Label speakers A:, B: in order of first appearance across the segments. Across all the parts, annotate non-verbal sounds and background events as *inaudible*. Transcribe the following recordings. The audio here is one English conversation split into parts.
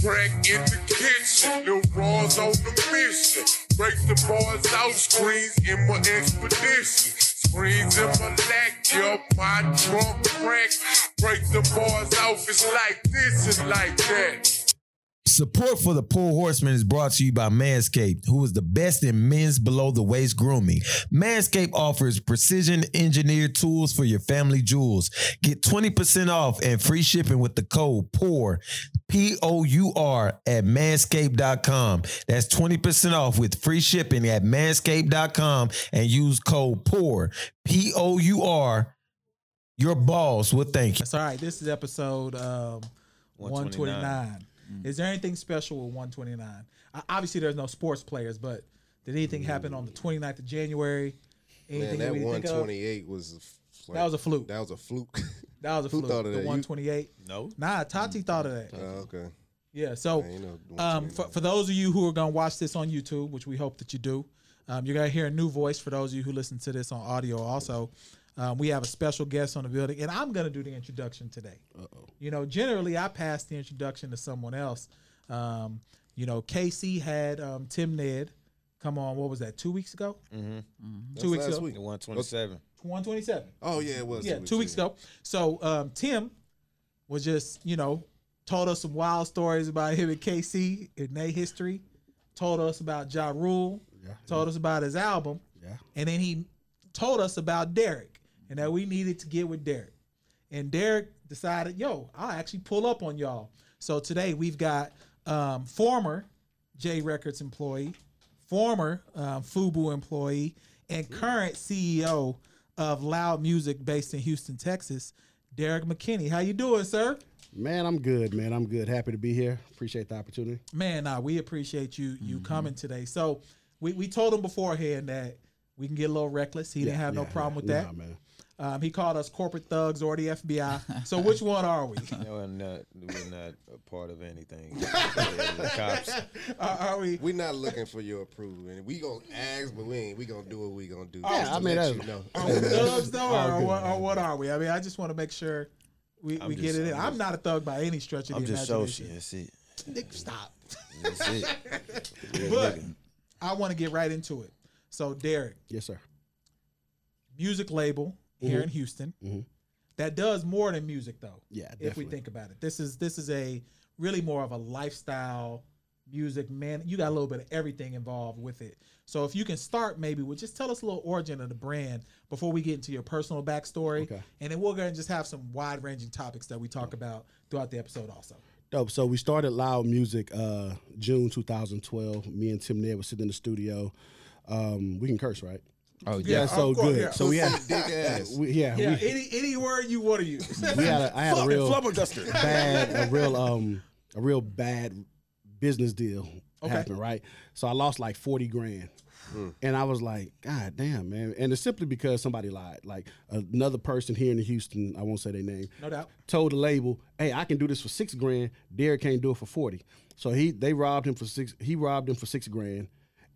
A: Crack in the kitchen, Lil Raw's on the mission. Break the bars out, screens in my expedition. Screens in my lack, up my drunk crack. Break the bars out, it's like this and like that.
B: Support for the Poor Horseman is brought to you by Manscaped, who is the best in men's below the waist grooming. Manscaped offers precision engineered tools for your family jewels. Get 20% off and free shipping with the code POUR, P O U R, at manscaped.com. That's 20% off with free shipping at manscaped.com and use code POUR, P O U R. Your balls will thank you.
C: That's all right. This is episode um, 129. Is there anything special with 129? I, obviously, there's no sports players, but did anything happen on the 29th of January?
D: Man,
C: Anything
D: that
C: we didn't think of?
D: 128 was a f- like,
C: That was a fluke.
D: That was a fluke. *laughs*
C: That was a
D: Who
C: fluke.
D: thought of
C: the
D: that? You-
C: 128.
E: No.
C: Nah, Tati thought of that.
D: oh, okay.
C: Yeah. So,
D: I ain't know the
C: um, for,
D: 129.
C: for those of you who are gonna watch this on YouTube, which we hope that you do, um, you're gonna hear a new voice. For those of you who listen to this on audio, also, um, we have a special guest on the building, and I'm gonna do the introduction today. You know, generally I pass the introduction to someone else. Um, you know, Casey had um, Tim Ned come on. What was that? Two weeks ago.
D: Mm-hmm. That's
C: Two weeks
D: last
C: ago.
D: week.
E: 127.
C: One twenty-seven.
D: Oh yeah, it was.
C: Yeah, two weeks ago. So um, Tim was just, you know, told us some wild stories about him and KC in their history. Told us about Ja Rule. Told us about his album.
E: Yeah.
C: And then he told us about Derek and that we needed to get with Derek. And Derek decided, yo, I'll actually pull up on y'all. So today we've got um, former J Records employee, former um, FUBU employee, and current CEO of Loud Music based in Houston, Texas, Derek McKinney. How you doing, sir?
F: Man, I'm good, man. I'm good. Happy to be here. Appreciate the opportunity.
C: Man, nah, we appreciate you you
E: Mm-hmm.
C: coming today. So we, we told him beforehand that we can get a little reckless. He didn't have no
F: Yeah,
C: problem
F: yeah.
C: with
F: Nah,
C: that.
F: man.
C: Um, he called us corporate thugs or the FBI.
E: *laughs*
C: So which one are we?
E: No, we're not, we're not a part of anything. *laughs* The cops.
C: Are, are we?
D: We're not looking for your approval, and we gonna ask, but we ain't. We gonna do what we gonna do. just
F: I
D: to
F: mean,
D: let
F: that-
D: you know.
C: Are we thugs though, or, what, or what are we? I mean, I just want to make sure we, we get
E: just-
C: it in.
E: I'm
C: I'm not a thug by any stretch of
E: I'm
C: the
E: just social.
C: imagination.
E: That's it.
C: Nick, stop.
E: That's
C: *laughs*
E: it. Yeah,
C: But
E: nigga.
C: I want to get right into it. So Derek,
F: Yes, sir.
C: music label here in Houston,
F: Mhm.
C: that does more than music though.
F: Yeah,
C: if we
F: definitely.
C: think about it, this is this is a really more of a lifestyle music man. You got a little bit of everything involved with it. So if you can start maybe with just tell us a little origin of the brand before we get into your personal backstory,
F: Okay.
C: and then we're gonna just have some wide ranging topics that we talk about throughout the episode also.
F: Dope. So we started Loud Music uh, June 2012. Me and Tim Ned were sitting in the studio. Um, we can curse, right?
B: Oh,
F: Yeah, so
C: of course,
F: good.
C: yeah.
F: So we had, *laughs*
D: Dick ass.
F: we, yeah,
C: *laughs* Yeah,
F: we,
C: any any word you want to use.
F: *laughs* we had, a, I had a real
E: Flabbergasted.
F: bad, a real, um, a real bad business deal
C: Okay. Hmm.
F: happened, right? So I lost like 40 grand. And I was like, God damn, man. And it's simply because somebody lied. Like another person here in Houston, I won't say their name,
C: no doubt.
F: told the label, "Hey, I can do this for six grand. Derek can't do it for forty. So he they robbed him for six. He robbed him for six grand,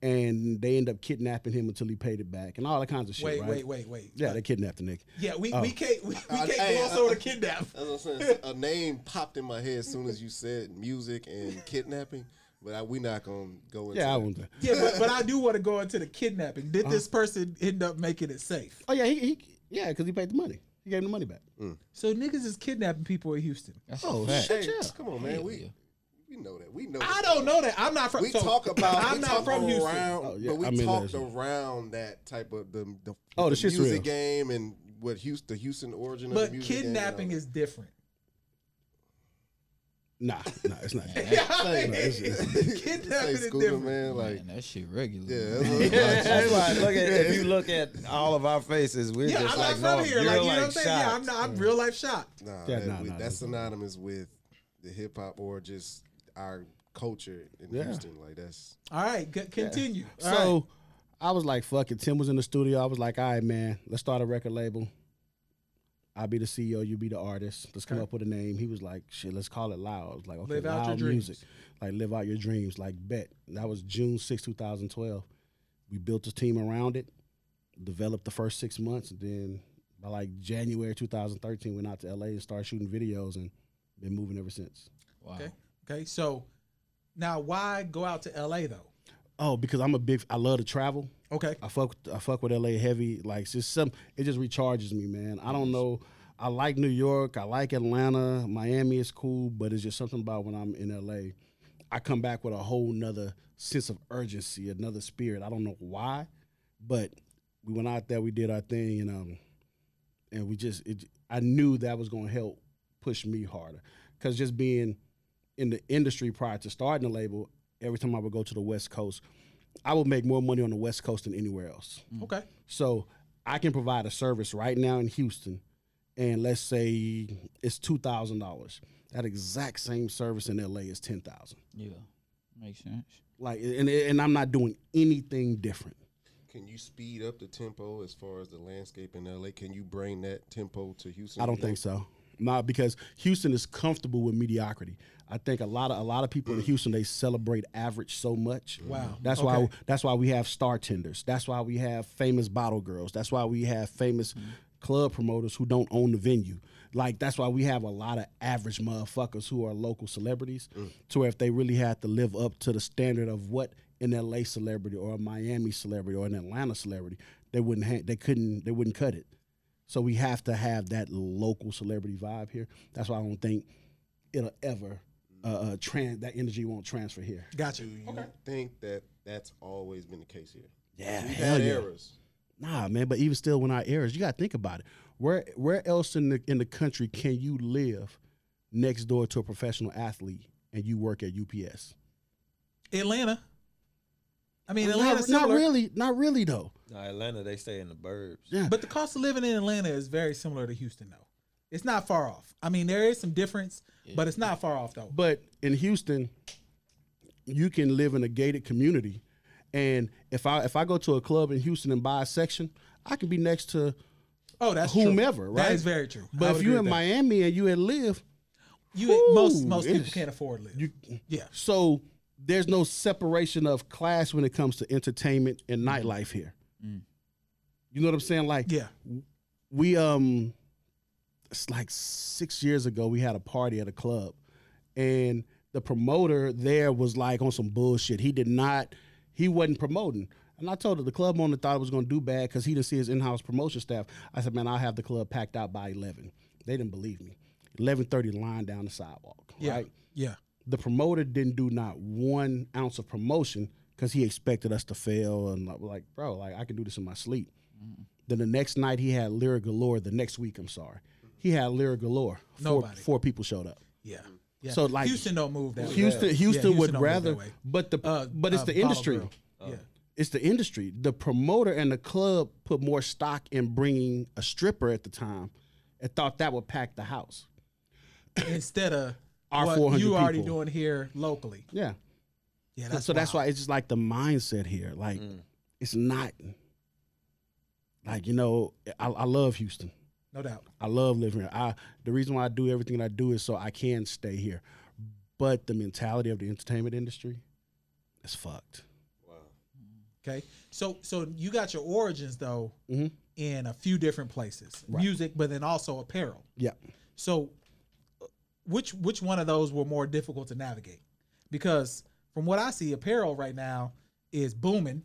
F: and they end up kidnapping him until he paid it back and all that kinds of shit.
C: Wait,
F: right? Oh. Uh,
C: wait, wait, wait.
F: Yeah, they kidnapped the nigga.
C: Yeah, we, we can't we, we
D: I-
C: can't
D: hey,
C: gloss
D: I-
C: over the kidnap.
D: *laughs* That's what
C: *laughs*
D: I'm saying. A name popped in my head as soon as you said music and kidnapping, but I, we not gonna go into.
F: Yeah, I
D: that.
F: won't.
C: Yeah, but, but I do want to go into the kidnapping. Did this
D: Uh-huh.
C: person end up making it safe?
F: Oh yeah, he, he yeah, because he paid the money. He gave him the money back.
C: So niggas is kidnapping people in Houston.
F: Oh
D: Hey,
F: shit, yeah.
D: come on, man. We we know that. We know.
C: I
D: that.
C: don't know that. I'm not from.
D: We
C: so,
D: talk about.
C: I'm
D: we
C: not
D: talk
C: from
D: around,
C: Houston.
F: Oh, yeah,
D: but we
F: I mean,
D: talked
F: that's-
D: around that type of the the,
F: Oh, the shit's
D: music
F: real.
D: game and what Houston, the Houston origin of the
C: But
D: music
C: kidnapping
D: game,
C: is
D: *laughs*
C: different.
F: Nah, nah, it's not.
C: *laughs* kidnapping is
D: school,
C: different.
D: man. Like,
G: Man, that shit regular.
D: yeah,
F: *laughs*
G: man.
D: that's what it's like.
C: *laughs*
E: That's why I look at if you look at all of our faces, we're
C: Yeah,
E: just
C: I'm
E: like
C: not from
E: no,
C: here.
E: You're
C: Like you
E: like
C: know what I'm saying? Yeah, I'm
E: shocked.
C: not. I'm real life shocked.
D: Nah,
F: Yeah,
D: that-
F: nah,
D: we-
F: nah,
D: that's
F: that's-
D: synonymous with the hip hop or just our culture in
F: Yeah.
D: Houston. Like that's
C: All right, c- continue. All
F: *laughs* so
C: right.
F: I was like, fuck it. Tim was in the studio. I was like, all right, man, let's start a record label. I'll be the CEO, you be the artist. Let's come
C: Okay.
F: up with a name. He was like, shit, let's call it loud. I was like, okay,
C: Live out
F: loud
C: your dreams.
F: music. Like live out your dreams. Like bet. That was June 6, 2012. We built a team around it, developed the first six months, and then by like January 2013, went out to LA and started shooting videos and been moving ever since.
G: Wow.
C: okay, okay. So Now, why go out to L.A. though?
F: Oh, because I'm a big. I love to travel.
C: Okay.
F: I fuck. I fuck with LA heavy. Like it's just some. It just recharges me, man. I don't know. I like New York. I like Atlanta. Miami is cool, but it's just something about when I'm in LA. I come back with a whole nother sense of urgency, another spirit. I don't know why, but we went out there. We did our thing, and um, and we just. It, I knew that was going to help push me harder, because just being in the industry prior to starting the label, every time I would go to the West Coast, I would make more money on the West Coast than anywhere else.
C: Okay.
F: So I can provide a service right now in Houston, and let's say it's two thousand dollars. That exact same service in LA is ten thousand.
G: Yeah, makes sense.
F: Like, and and I'm not doing anything different.
D: Can you speed up the tempo as far as the landscape in LA? Can you bring that tempo to Houston?
F: I don't think so. Not because Houston is comfortable with mediocrity. I think a lot of a lot of people in Houston they celebrate average so much.
C: Mm. Wow.
F: That's why
C: Okay.
F: that's why we have star tenders. That's why we have famous bottle girls. That's why we have famous
C: Mm.
F: club promoters who don't own the venue. Like that's why we have a lot of average motherfuckers who are local celebrities.
C: Mm.
F: To where if they really had to live up to the standard of what an LA celebrity or a Miami celebrity or an Atlanta celebrity, they wouldn't ha- they couldn't they wouldn't cut it. So we have to have that local celebrity vibe here. That's why I don't think it'll ever uh, uh trans that energy won't transfer here.
C: Gotcha.
D: Do you think that that's always been the case here?
F: Yeah,
D: We've
F: hell
D: had
F: yeah.
D: errors.
F: Nah, man. But even still, when our errors, you gotta think about it. Where where else in the in the country can you live next door to a professional athlete and you work at UPS?
C: Atlanta. I mean,
F: Not,
C: Atlanta's
F: not
C: similar,
F: really, not really though.
E: Nah, Atlanta, they stay in the burbs.
F: Yeah,
C: but the cost of living in Atlanta is very similar to Houston, though. It's not far off. I mean, there is some difference, but it's not far off though.
F: But in Houston, you can live in a gated community, and if I if I go to a club in Houston and buy a section, I can be next to.
C: Oh, that's
F: whomever,
C: true.
F: right?
C: That is very true. I
F: But
C: would
F: if
C: agree
F: you
C: with
F: in
C: that.
F: Miami and you at Live,
C: you most
F: Ooh,
C: most people
F: it's-
C: can't afford live.
F: you
C: yeah,
F: so there's no separation of class when it comes to entertainment and nightlife here. You know what I'm saying? Like
C: Mm. yeah.
F: we um it's like six years ago we had a party at a club and the promoter there was like on some bullshit he did not he wasn't promoting and i told her the club owner thought it was going to do bad because he didn't see his in-house promotion staff i said man i'll have the club packed out by 11 they didn't believe me 11.30 line down the sidewalk
C: Yeah.
F: right
C: Yeah.
F: the promoter didn't do not one ounce of promotion because he expected us to fail and like, like, bro like i can do this in my sleep
C: Mm.
F: then the next night he had lyric galore the next week i'm sorry he had lyric galore four,
C: Nobody.
F: four people showed up
C: Yeah. Yeah.
F: So, like,
C: Houston don't move that. way.
F: houston
C: Yeah,
F: houston would
C: don't move that
F: rather
C: way.
F: but the
C: Uh,
F: but it's
C: uh,
F: the
C: Bottle
F: industry
C: Girl. Yeah.
F: it's the industry the promoter and the club put more stock in bringing a stripper at the time and thought that would pack the house
C: Instead of
F: Our
C: what
F: 400
C: you already
F: people.
C: doing here locally.
F: yeah
C: Yeah.
F: So-
C: That's
F: so that's
C: wild. Mm.
F: why it's just like the mindset here. Like it's not like you know. I, I love Houston.
C: No doubt.
F: I love living here. I the reason why I do everything I do is so I can stay here. But the mentality of the entertainment industry is fucked.
C: Okay. So so you got your origins though
F: Mhm.
C: in a few different places.
F: Right.
C: Music, but then also apparel.
F: Yeah.
C: So uh, which which one of those were more difficult to navigate? Because from what I see, apparel right now is booming,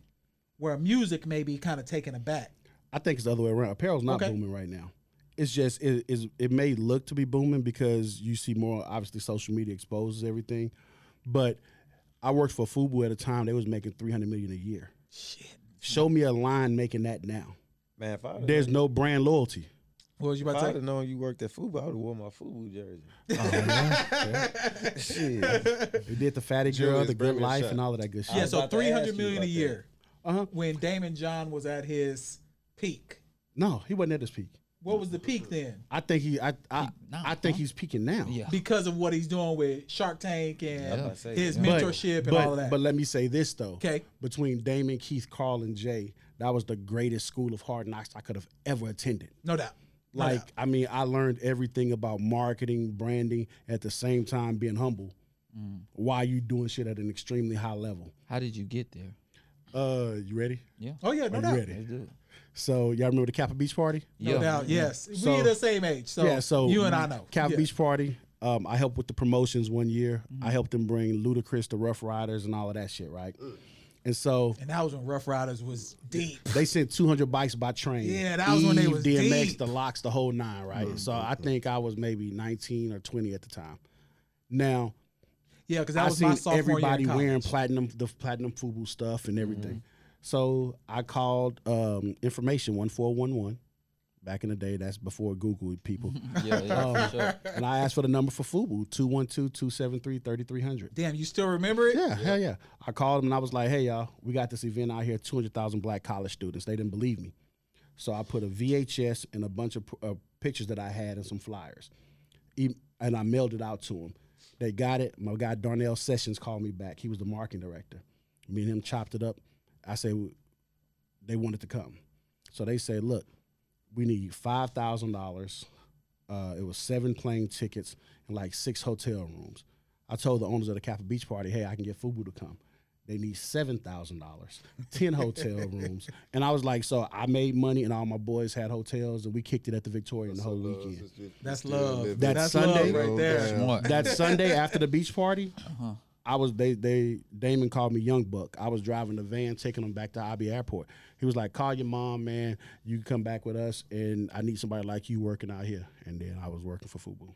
C: where music may be kind of taken aback.
F: I think it's the other way around. Apparel's not
C: Okay.
F: booming right now. It's just it is it may look to be booming because you see more obviously social media exposes everything. But I worked for Fubu at a time they was making 300 million a year.
C: Shit.
F: Show me a line making that now.
E: Man, if I would
F: There's no brand loyalty.
C: What was you about to
E: have
C: say?
E: known you worked at Fubu, I would have wore my Fubu jersey.
G: Oh,
F: We did the fatty girl,
D: Julius
F: the good
D: Bremen
F: life,
D: shot.
F: and all of that good shit.
C: Yeah, so
E: about to ask
C: three hundred
E: you
C: million a
E: about that.
C: year
F: Uh-huh.
C: when Damon John was at his peak.
F: No, he wasn't at his peak.
C: What was the peak then?
F: I think he. I. I,
G: now,
F: I think
G: huh?
F: he's peaking now.
G: Yeah,
C: Because of what he's doing with Shark Tank
G: Yeah.
C: and
E: I say,
C: his
E: yeah.
F: But-
C: mentorship
F: but,
C: and all of that.
F: But let me say this though.
C: Okay.
F: Between Damon, Keith, Carl, and Jay, that was the greatest school of hard knocks I could have ever attended.
C: no doubt. No
F: Like,
C: doubt.
F: I mean, I learned everything about marketing, branding, at the same time being humble.
C: Mm.
F: Why you doing shit at an extremely high level?
G: *laughs* how did you get there?
F: Uh, you ready?
G: Yeah,
C: Oh yeah, no
F: Are
C: doubt.
F: you ready?
G: let's do it.
F: So y'all remember the Kappa Beach party?
C: No
G: yeah.
C: doubt. Yes,
F: So-
C: we're the same age. So,
F: yeah, so
C: you and I know.
F: Cal
C: Yeah. Mm-hmm.
F: Beach Party. Um, I helped with the promotions one year. I helped them bring Ludacris, the Rough Riders, and all of that shit, right? And so
C: And that was when Rough Riders was deep.
F: they sent 200 bikes by train.
C: Yeah, that was when they was
F: DMX,
C: deep. Mm-hmm.
F: the locks, the whole nine, right? So I think I was maybe 19 or 20 at the time. Now,
C: Yeah, because that
F: I
C: was my
F: seen
C: sophomore year
F: everybody
C: in college. Mm-hmm.
F: wearing platinum, the platinum FUBU stuff and everything. So I called um, information 1411. Back in the day, that's before Google
C: *laughs*
F: people.
G: Yeah, yeah, for sure.
F: and I asked for the number for FUBU, 212-273-3300.
C: Damn, you still remember it?
F: Yeah, hell yeah. I called them and I was like, hey, y'all, we got this event out here, 200,000 black college students. They didn't believe me. So I put a VHS and a bunch of uh, pictures that I had and some flyers. E- And I mailed it out to them. They got it. My guy Darnell Sessions called me back. He was the marketing director. Me and him chopped it up. I said, "W- they wanted to come. So they said, look, we need $5,000. Uh, it was seven plane tickets and like six hotel rooms. I told the owners of the Kappa Beach Party, hey, I can get Fubu to come. They need seven thousand dollars, ten hotel rooms, and I was like, so I made money, and all my boys had hotels, and we kicked it at the Victorian the whole weekend.
C: That's love.
F: That
C: That's
F: Sunday-
C: love right there.
G: Smart.
C: *laughs*
F: That Sunday after the beach party,
C: Uh-huh.
F: I was they they Damon called me Young Buck. I was driving the van, taking him back to Abbey Airport. He was like, call your mom, man. You can come back with us, and I need somebody like you working out here. And then I was working for Fubu.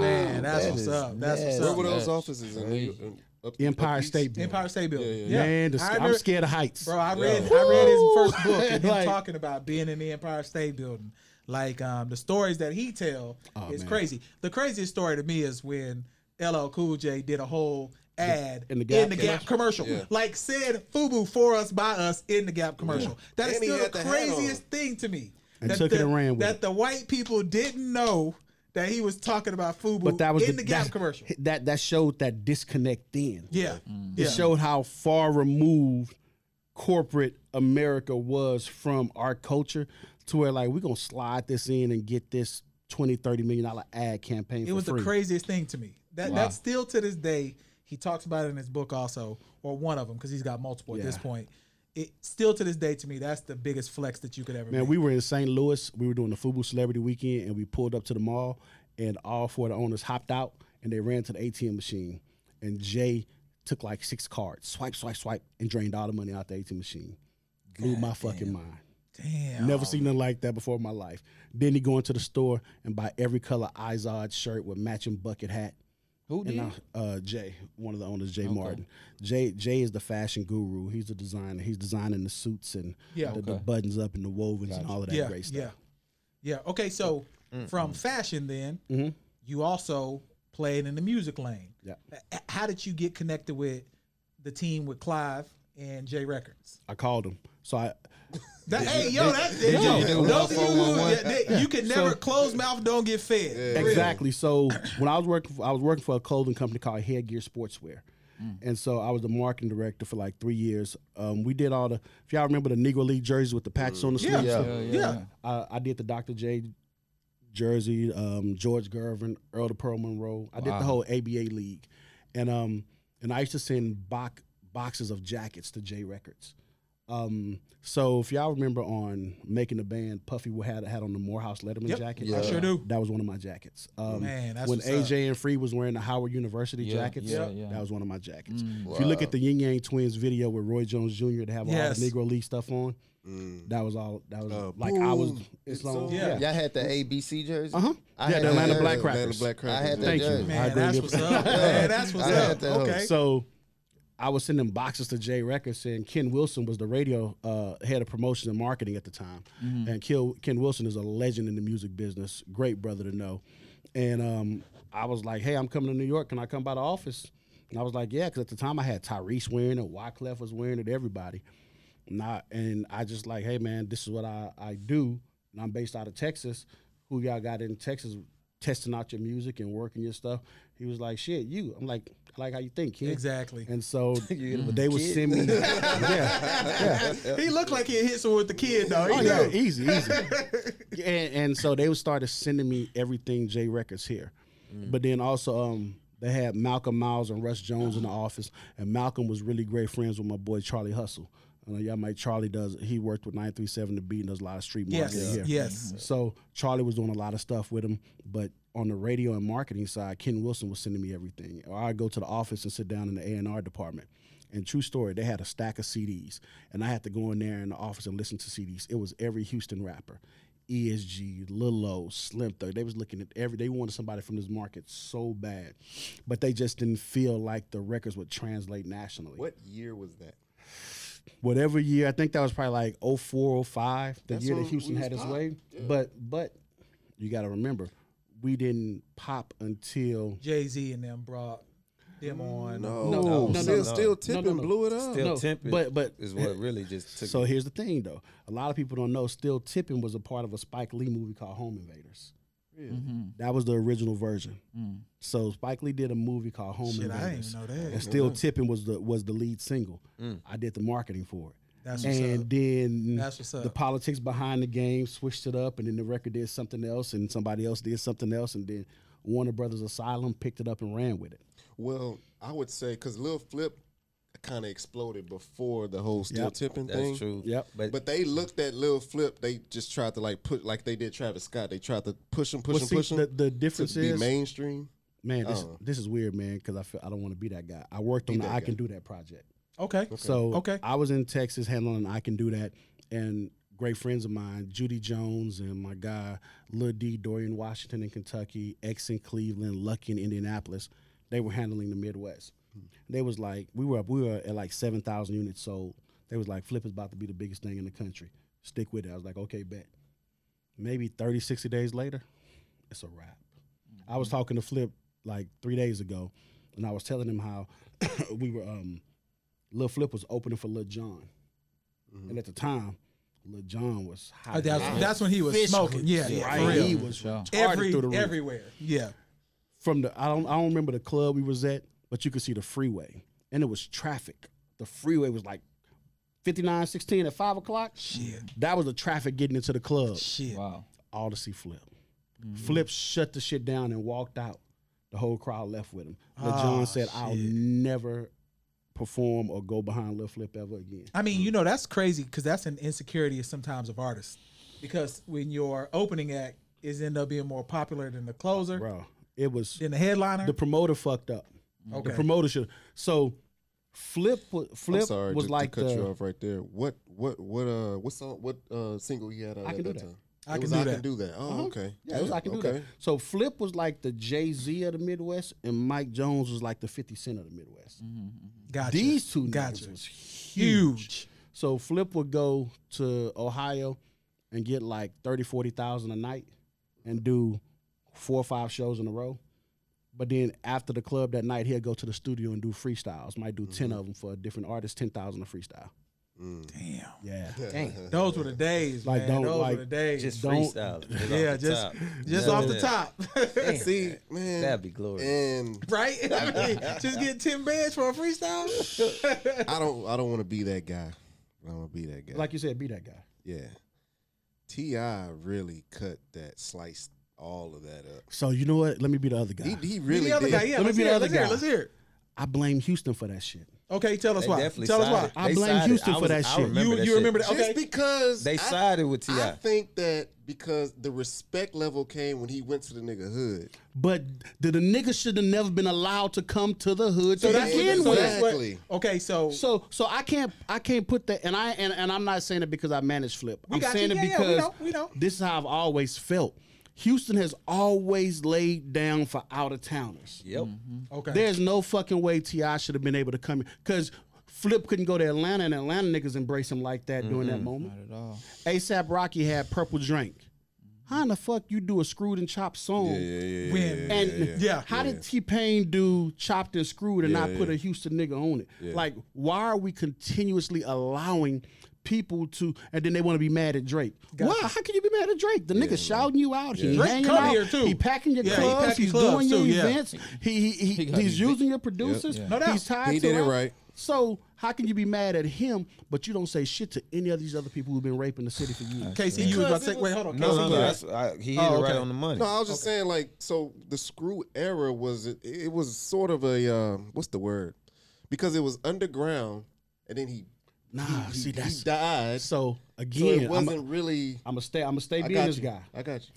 C: Man, that's
E: That
C: what's
E: is
C: up. That's what's
E: nasty.
D: Where
C: up.
D: were those
E: That's
D: offices in? New York- in- up-
F: Empire
D: up east?
F: State Building.
C: Empire State Building.
D: Yeah, yeah.
C: Yeah,
F: Man, the-
C: I
F: I'm
C: remember-
F: scared of heights.
C: Bro, I read I read his first book
F: *laughs*
C: and him
F: Like-
C: talking about being in the Empire State Building. Like um, the stories that he tell is
F: man.
C: crazy. The craziest story to me is when LL Cool J did a whole ad
F: in the Gap
C: Gap commercial. Like said Fubu for us by us in the Gap commercial. That is
D: And he
C: still
D: had
C: the
D: the hat on.
C: craziest thing to me.
F: And
C: that
F: took
C: the,
F: it and ran with
C: that
F: it.
C: the white people didn't know that he was talking about Fubu
F: But that was
C: in the, Gap
F: that-
C: commercial.
F: That that showed that disconnect then.
C: Yeah.
F: It
C: yeah.
F: showed how far removed corporate America was from our culture to where like we're gonna slide this in and get this 20, 30 million dollar ad campaign.
C: It was
F: free.
C: the craziest thing to me. That that's still to this day. He talks about it in his book also, or one of them, because he's got multiple at this
F: Yeah.
C: point. It still to this day to me, that's the biggest flex that you could ever
F: Man,
C: make.
F: we were in St. Louis. We were doing the Fubu Celebrity Weekend, and we pulled up to the mall, and all four of the owners hopped out, and they ran to the ATM machine, and Jay took like six cards, swipe, swipe, swipe, and drained all the money out the ATM machine. Blew my fucking mind.
C: Damn.
F: Never seen nothing like that before in my life. Then he go into the store and buy every color Izod shirt with matching bucket hat.
G: Who
F: And
G: did?
F: now, uh, Jay, one of the owners, Jay Martin. Jay Jay is the fashion guru. He's the designer. He's designing the suits and
C: Yeah.
F: the, the buttons up and the wovens and all of that
C: yeah,
F: great stuff.
C: yeah, yeah. Okay, so from fashion, then you also played in the music lane.
F: Mm-hmm. Yeah.
C: Uh, How did you get connected with the team with Clive and Jay Records?
F: I called him. So I
C: That, hey, yo, that's
F: did you
C: yo,
F: do
C: those of you who
E: 411?
C: yeah, they- you can never close mouth, don't get fed. Really.
F: exactly. So *coughs* when I was working, for, I was working for a clothing company called Headgear Sportswear,
C: Mm.
F: and so I was the marketing director for like three years. Um, we did all the, if y'all remember the Negro League jerseys with the patches on the sleeves.
C: Yeah.
G: yeah, yeah.
C: Yeah.
F: I, I did the Dr. J jersey, um, George Gervin, Earl the Pearl Monroe. I did the whole ABA league, and um, and I used to send box, boxes of jackets to J Records. Um, so if y'all remember on making the band, Puffy had had on the Morehouse Letterman
C: Yep.
F: jacket.
C: I sure do.
F: That was one of my jackets. Um,
C: Man, that's
F: when
C: what's
F: AJ and Free was wearing the Howard University
G: Yeah,
F: jackets.
G: yeah, Mm. yeah.
F: That was one of my jackets. If you look at the Yin Yang Twins video with Roy Jones Jr. to have
C: Yes.
F: all the Negro League stuff on, that was all. That was
D: Uh,
F: like I was.
D: boom.
F: It's
D: Mm. It's
F: on.
D: on.
F: Yeah.
E: Y'all had the ABC jersey.
D: Uh-huh.
F: Uh huh.
E: I
F: Yeah,
E: had
F: the Atlanta
E: that.
F: Black
D: Atlanta
F: Crackers.
D: Black
E: I
D: Crackers.
E: had that
F: Thank you.
E: jersey.
F: I
C: Man,
F: agree
C: that's
F: with
C: what's up.
F: *laughs*
C: Man, that's what's
E: I had
C: up.
E: that hoe.
C: Okay.
F: So I was sending boxes to Jay Records, and Ken Wilson was the radio uh, head of promotion and marketing at the time. And Kel, Ken Wilson is a legend in the music business, great brother to know. And um, I was like, hey, I'm coming to New York. Can I come by the office? And I was like, yeah, because at the time I had Tyrese wearing it, Wyclef was wearing it, everybody. Not and I just like, hey man, this is what I, I do, and I'm based out of Texas. Who y'all got in Texas testing out your music and working your stuff? He was like, shit, you. I'm like, I like how you think, kid.
C: Exactly.
F: And so they would send me, yeah, yeah,
C: He looked like he hit someone with the kid though. He
F: oh
C: knew.
F: yeah, easy, easy. and, and so they would start sending me everything J Records here, but then also um they had Malcolm Miles and Russ Jones in the office, and Malcolm was really great friends with my boy Charlie Hustle. I know y'all might Charlie does. He worked with 937 to beat and does a lot of street
C: Yes,
F: marketing here.
C: yes.
F: So Charlie was doing a lot of stuff with him, but on the radio and marketing side, Ken Wilson was sending me everything. Or I'd go to the office and sit down in the A and R department. And true story, they had a stack of CDs, and I had to go in there in the office and listen to CDs. It was every Houston rapper, ESG, Lil O, Slim Thug. They was looking at every. They wanted somebody from this market so bad, but they just didn't feel like the records would translate nationally
D: What year was that?
F: whatever year. I think that was probably like 04, 05, the
D: That's
F: year that
D: when we
F: Houston
D: was
F: had its
D: pop,
F: way.
D: yeah.
F: But but you got to remember, we didn't pop until
C: Jay Z and them brought them
F: Mm.
C: on.
D: No,
F: No, no, no,
D: still,
F: no.
D: still tipping
F: No, no, no.
D: blew it up.
E: Still
F: No,
E: Tipping
F: but- but-
E: is what really just took
F: So here's the thing, though. A lot of people don't know. Still Tipping was a part of a Spike Lee movie called Home Invaders. That was the original version. So Spike Lee did a movie called Home
C: Shit, I didn't
F: Invaders,
C: even know that. Mm.
F: and Still Tipping was the was the lead single. I did the marketing for it.
C: That's what's
F: and
C: up.
F: then
C: That's what's
F: the
C: up.
F: politics behind the game switched it up, and then the record did something else, and somebody else did something else, and then Warner Brothers Asylum picked it up and ran with it.
D: Well, I would say because Lil Flip kind of exploded before the whole still
F: Yep.
D: tipping
E: That's
D: thing.
E: true.
F: Yep.
E: But,
D: But they looked at Lil Flip. They just tried to like put like they did Travis Scott. They tried to push him, push
F: Well,
D: him,
F: see,
D: push him.
F: the- the difference
D: to be
F: is-
D: mainstream.
F: Man, this,
D: Oh.
F: this is weird, man, because I feel I don't want to be that guy. I worked on the
D: that
F: I
D: guy.
F: Can Do That project.
C: Okay.
F: So
C: Okay.
F: I was in Texas handling I Can Do That, and great friends of mine, Judy Jones and my guy Lil D, Dorian Washington in Kentucky, X in Cleveland, Lucky in Indianapolis, they were handling the Midwest.
D: Hmm.
F: They was like, we were up, we were at like seven thousand units sold. They was like, Flip is about to be the biggest thing in the country. Stick with it. I was like, okay, bet. Maybe 30, 60 days later, it's a wrap. I was talking to Flip like three days ago, and I was telling him how *coughs* we were um, Lil Flip was opening for Lil John, and at the time, Lil John was hot.
C: Uh,
F: as
C: That's,
F: hell.
C: that's when he was
F: Fish
C: smoking. Yeah,
F: grease.
C: yeah,
F: Right.
C: for
F: He
C: real.
F: was
G: Sure.
F: retarded through the
C: Every,
F: roof.
C: everywhere. Yeah.
F: from the I don't I don't remember the club we was at, but you could see the freeway, and it was traffic. The freeway was like. 5916 at 5 o'clock. Shit. That was the traffic getting into the club.
C: Shit.
G: Wow.
F: all to see Flip.
C: Mm-hmm.
F: Flip shut the shit down and walked out. The whole crowd left with him. Lil
C: Ah,
F: John said, "I'll never perform or go behind Lil Flip ever again."
C: I mean, you know, that's crazy because that's an insecurity sometimes of artists. Because when your opening act is end up being more popular than the closer,
F: Bro, it was
C: than the headliner.
F: the promoter fucked up.
C: Okay.
F: The promoter should. So Flip, wa- Flip
D: I'm sorry,
F: was
D: just
F: like
D: to cut
F: the,
D: you off right there. What what what uh what song what uh single he had out
F: I
D: at
F: Can Do
D: that,
F: That.
D: time?
C: I
D: It
C: Can
D: was
C: Do
D: I
C: That.
D: can do that. Oh okay.
F: Yeah, it was I can do that. So Flip was like the Jay Z of the Midwest, and Mike Jones was like the Fifty Cent of the Midwest.
C: gotcha.
F: These two
C: gotcha.
F: niggas was
C: huge.
F: So Flip would go to Ohio and get like 30, 40,000 a night and do four or five shows in a row. But then after the club that night, he'll go to the studio and do freestyles. Might do 10 of them for a different artist, 10,000 a freestyle.
D: Mm.
C: Damn.
F: Yeah.
D: *laughs*
C: Those were the days,
F: Like,
C: man.
F: don't,
C: Those
F: like,
C: were the days.
E: just
F: don't-
E: freestyle. Just
C: yeah,
E: off the
C: just
E: top.
C: just
E: Yeah.
C: off the top. *laughs*
D: See, man,
E: That'd be glorious.
D: And
C: right? I mean, *laughs* just get 10 bands for a freestyle? *laughs*
D: I don't I don't want to be that guy. I don't want to be that guy.
F: *laughs* Like you said, be that guy.
D: yeah, Ti really cut that sliced all of that up.
F: So you know what? Let me be the other guy.
D: He, he really
C: the other
D: did.
C: guy, yeah.
F: Let me
C: let's
F: be the
C: hear, it,
F: other
C: let's hear it,
F: guy.
C: Let's hear it.
F: I blame Houston for that shit.
C: Okay, tell us
E: They
C: why.
E: definitely
C: Tell us
E: sided.
C: why.
F: I
E: They
F: blame
E: sided.
F: Houston
E: I
F: for
E: was-
F: that
E: I
F: shit.
E: remember
C: you
E: that
C: you
E: shit.
C: remember that?
D: Just
C: Okay.
D: because
E: They
D: I-
E: sided with Ti.
D: I think that because the respect level came when he went to the nigga hood.
F: But the, the nigga should have never been allowed to come to the hood to
D: So that's-
F: begin
D: so
F: with.
D: that's- Exactly.
C: okay, so,
F: So so I can't I can't put that and I and, and I'm not saying it because I manage flip. I'm
C: got
F: saying
C: you.
F: it
C: Yeah, yeah, we
F: because
C: know, we know.
F: this is how I've always felt. Houston has always laid down for out of towners.
E: Yep.
C: okay.
F: There's no fucking way Ti should have been able to come because Flip couldn't go to Atlanta and Atlanta niggas embrace him like that during that moment.
G: Not at all.
F: ASAP Rocky had Purple Drink. How in the fuck you do a screwed and chopped song?
C: Win.
F: And
C: yeah.
F: how did T Pain do chopped and screwed and not put a Houston nigga on it? Like, why are we continuously allowing people to? And then they want to be mad at Drake. Why? How can you be mad at Drake? The nigga shouting you out. He
C: Drake
F: hanging
C: come
F: out.
C: here, too.
F: He packing your
C: Yeah, he
F: clubs.
C: pack your
F: he's
C: clubs,
F: doing your
C: too, yeah.
F: events. He, he, he-
G: got
F: he's
G: his-
F: using your producers.
C: No doubt.
F: He's tied
D: He
F: to
D: did it
F: rap.
D: right.
F: So how can you be mad at him, but you don't say shit to any of these other people who've been raping the city for years?
C: KC, you was about to say, wait, hold on.
E: No,
C: KC,
E: no, no.
C: go ahead.
E: That's, I, he hit
C: Oh,
E: it right
C: okay.
E: on the money.
D: No, I was just saying, like, so the screw era was it, it was sort of a um, what's the word? Because it was underground, and then he
F: Nah, see
D: He
F: that's
D: died, so
F: so
D: it
F: again. I'm
D: wasn't really.
F: gonna stay. I'm gonna stay
D: I
F: being
D: got
F: this
D: you.
F: guy.
D: I got you.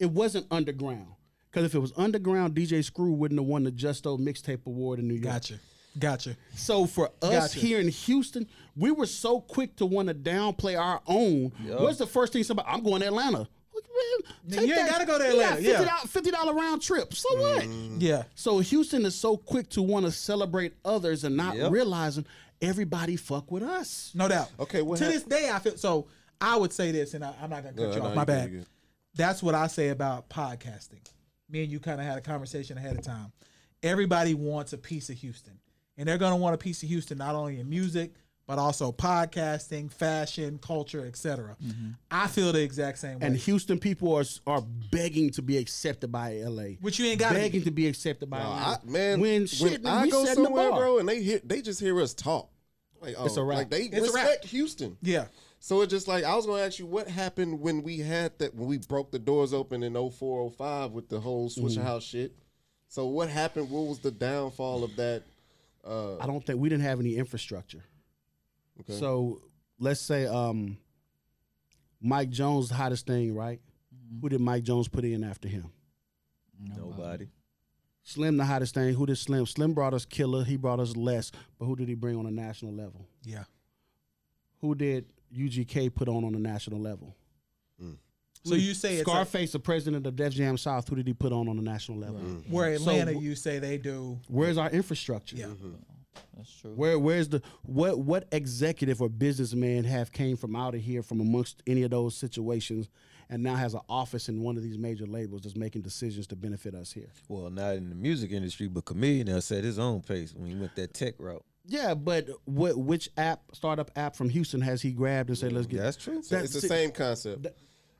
F: It wasn't underground. Because if it was underground, DJ Screw wouldn't have won the Justo Mixtape Award in New York.
C: Gotcha. Gotcha.
F: So for us
C: Gotcha.
F: here in Houston, we were so quick to want to downplay our own. What's the first thing somebody? I'm going to Atlanta. Look, man,
C: Nigga,
F: take
C: you ain't gotta
F: that.
C: go to
F: You got
C: Atlanta, yeah. Mm.
F: $50 fifty dollar round trip. So what?
C: Yeah.
F: So Houston is so quick to want to celebrate others and not realizing everybody fuck with us.
C: No doubt.
D: Okay, what
C: to
D: hap-
C: this day, I feel so. I would say this, and I, I'm not gonna cut
D: No,
C: you
D: no,
C: off.
D: you
C: My
D: good,
C: bad.
D: you good.
C: That's what I say about podcasting. Me and you kind of had a conversation ahead of time. Everybody wants a piece of Houston, and they're gonna want a piece of Houston not only in music but also podcasting, fashion, culture, etc.
D: Mm-hmm.
C: I feel the exact same way.
F: And Houston people are are begging to be accepted by LA.
C: Which you ain't gotta
F: begging to be accepted by
D: No, I,
F: Atlanta.
D: man,
F: when shit,
D: when I
F: we
D: go
F: setting the
D: somewhere,
F: bar.
D: bro, and they hear, they just hear us talk. Like, oh,
F: It's a wrap.
D: Like they
C: a wrap.
D: respect Houston.
C: yeah,
D: So it's just like I was gonna ask you what happened when we had that when we broke the doors open in 0405 with the whole Swisher
F: Mm-hmm.
D: House shit. So what happened? What was the downfall of that? Uh,
F: I don't think we didn't have any infrastructure.
D: Okay.
F: So let's say um, Mike Jones, the hottest thing, right?
D: Mm-hmm.
F: Who did Mike Jones put in after him?
E: Nobody.
F: Slim, the hottest thing. Who did Slim? Slim brought us Killer. He brought us Less. But who did he bring on a national level?
C: yeah.
F: Who did UGK put on on a national level?
D: Mm.
C: So you say it's a,
F: Scarface, the president of Def Jam South. Who did he put on on a national level?
D: Mm.
C: where Atlanta,
F: So-
C: you say they do.
F: Where's our infrastructure?
C: Yeah.
D: Mm-hmm.
G: That's true.
F: Where where's the what what executive or businessman have came from out of here from amongst any of those situations and now has an office in one of these major labels that's making decisions to benefit us here?
E: Well, not in the music industry, but Chameleon now set his own pace when he went that tech route.
F: Yeah, but what which app startup app from Houston has he grabbed and said let's get
E: That's true.
D: so it's the
F: that's it.
D: same concept.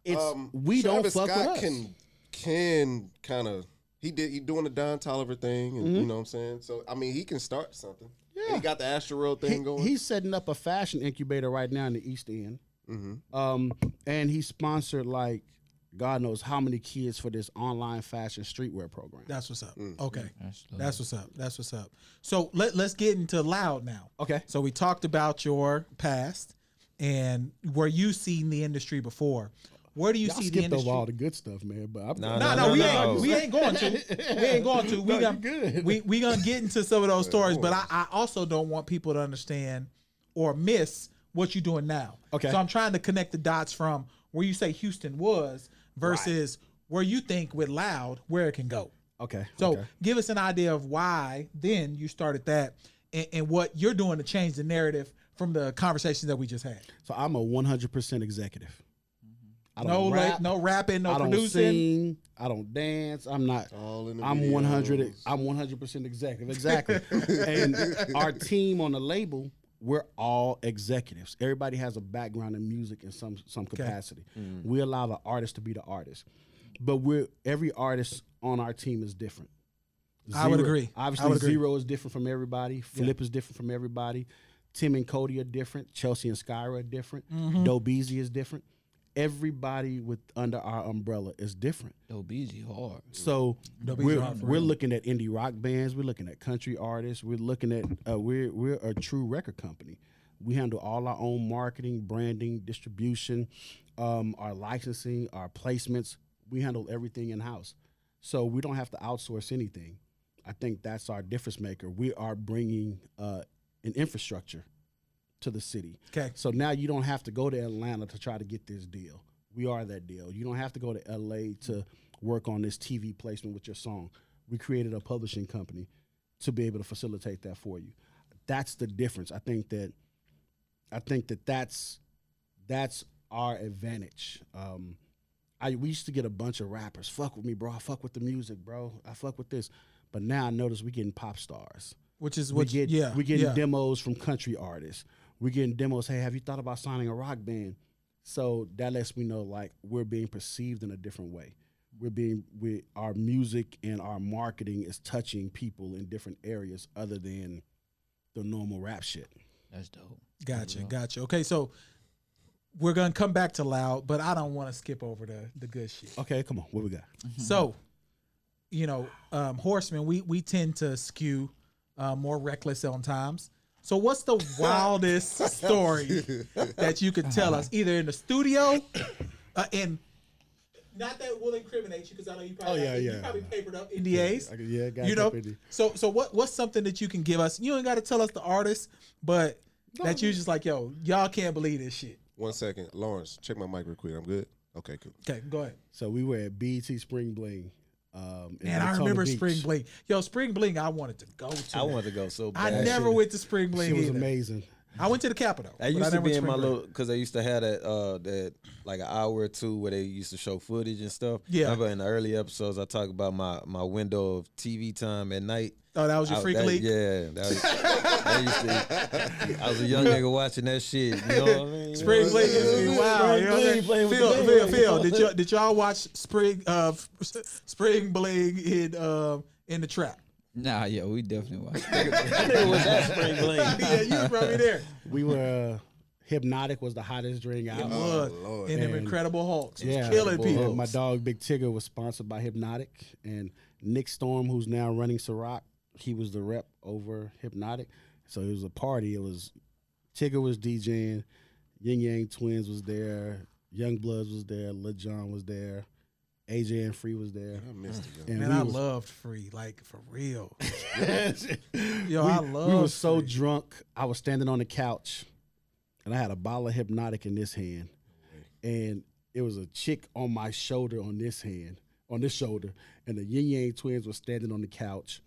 F: it's
D: Um,
F: we
D: Travis
F: don't fuck
D: Scott
F: with us.
D: Can can kind of he did he doing the Don Tolliver thing, and you know what I'm saying. So I mean, he can start something. And
F: Mm-hmm. Yeah.
D: he got the Astro World
F: He-
D: thing going.
F: he's setting up a fashion incubator right now in the East End. Um, and he sponsored like God knows how many kids for this online fashion streetwear program.
C: That's what's up.
F: Mm.
C: Okay,
G: Mm, That's dope.
C: that's what's up. That's what's up. So let let's get into loud now.
F: Okay.
C: So we talked about your past and where you seen the industry before. Where do you
F: Y'all
C: see the
F: skipped
C: industry?
F: over all the good stuff, man. But I'm
E: Nah,
C: no, no, we,
E: no.
C: Ain't, we ain't going to. We ain't going to. We
F: No,
C: gonna,
F: you good.
C: We we gonna get into some of
F: *laughs*
C: those stories, but I, I also don't want people to understand or miss what you're doing now.
F: Okay.
C: So I'm trying to connect the dots from where you say Houston was versus where you think with loud where it can go.
F: okay.
C: So
F: okay.
C: give us an idea of why then you started that and, and what you're doing to change the narrative from the conversations that we just had.
F: So I'm a 100% executive. I don't
C: No
F: rap,
C: rap, no rapping, no
F: I don't
C: producing.
F: sing, I don't dance. I'm not.
D: All in the
F: I'm 100.
D: videos.
F: I'm 100 percent executive. Exactly. and our team on the label, we're all executives. Everybody has a background in music in some some capacity.
C: Mm.
F: We allow the artist to be the artist, but we're every artist on our team is different.
C: I would
F: Zero-
C: agree. I
F: Obviously,
C: would agree.
F: zero is different from everybody. Flip is different from everybody. Tim and Cody are different. Chelsea and Skyra are different.
C: Mm-hmm.
F: Dobeezy is different. Everybody with under our umbrella is different.
G: Dope easy hard.
F: So
C: Dobeezy
F: we're,
C: hard for
F: we're
C: real.
F: looking at indie rock bands. We're looking at country artists. We're looking at uh, we're we're a true record company. We handle all our own marketing, branding, distribution, um, our licensing, our placements. We handle everything in house, so we don't have to outsource anything. I think that's our difference maker. We are bringing uh, an infrastructure to the city.
C: Okay.
F: So now you don't have to go to Atlanta to try to get this deal. We are that deal. You don't have to go to LA to work on this TV placement with your song. We created a publishing company to be able to facilitate that for you. That's the difference. I think that I think that that's that's our advantage. Um, I we used to get a bunch of rappers. Fuck with me, bro. I fuck with the music, bro. I fuck with this. But now I notice we getting pop stars.
C: Which is
F: We
C: what
F: get
C: yeah,
F: we getting
C: yeah.
F: demos from country artists. We're getting demos. Hey, have you thought about signing a rock band? So that lets me know like we're being perceived in a different way. We're being we our music and our marketing is touching people in different areas other than the normal rap shit.
G: That's dope.
C: Gotcha, gotcha. Okay, so we're gonna come back to loud, but I don't want to skip over the the good shit.
F: Okay, come on, what we got?
C: So, you know, um, horsemen, we we tend to skew uh, more reckless on times. So what's the
F: *laughs*
C: wildest story that you could tell us, either in the studio, uh, in not that we'll incriminate you because I know you probably
F: Oh, yeah,
C: you
F: yeah.
C: probably papered up NDAs.
F: I could- yeah, got
C: you know.
F: papered.
C: So so what what's something that you can give us? You ain't got to tell us the artist, but that you just like yo, y'all can't believe this shit.
D: One second, Lawrence, check my mic real quick. I'm good. Okay, cool.
C: Okay, go ahead.
F: So we were at BET Spring Bling. Um, in
C: Man, I
F: Daytona
C: remember
F: Beach.
C: Spring Bling. Yo, Spring Bling, I wanted to go to.
E: I wanted to go so
C: I
E: bad.
C: never went to Spring
F: She
C: Bling
F: was
C: either.
F: amazing.
C: I went to the Capitol. but
E: That used to
C: never went
E: be in my
C: Spring Bling.
E: little because I used to have that uh that like an hour or two where they used to show footage and stuff.
C: Yeah.
E: Remember in the early episodes I talk about my my window of TV time at night.
C: Oh, that was your
E: I-
C: freak
E: that-
C: leak.
E: Yeah, that was, that used to, I was
C: *laughs*
E: a young nigga watching that shit. You know what I mean?
C: Spring Bling is wow. You know what I'm
E: Spring Bling
C: saying?
E: with
C: Phil,
E: the bling,
C: Phil,
E: you
C: Phil,
E: know?
C: did y'all did y'all watch Spring uh *laughs* Spring Bling in um in the trap? *laughs*
G: Nah, yeah, we definitely watched. it.
E: That nigga was at Spring Bling.
C: *laughs* yeah, you was probably
F: *laughs*
C: there.
F: We were uh, hypnotic was the hottest drink out.
C: It was. and them
F: Man.
C: Incredible Hulks. It was
F: Oh, Yeah,
C: killing
F: boy,
C: people.
F: My dog Big Tigger was sponsored by Hypnotic, and Nick Storm, who's now running Ciroc, he was the rep over Hypnotic. So it was a party. It was Tigger was DJing, Yin Yang Twins was there, Young Bloods was there, Lil Jon was there, AJ and Free was there.
D: I missed it.
F: And
C: Man,
F: we
C: I
F: was-
C: loved Free, like for real.
F: *laughs* we,
C: Yo, I
F: We were
C: love
F: so
C: Free.
F: drunk. I was standing on the couch, and I had a bottle of hypnotic in this hand, and it was a chick on my shoulder on this hand, on this shoulder, and the Yin Yang twins were standing on the couch,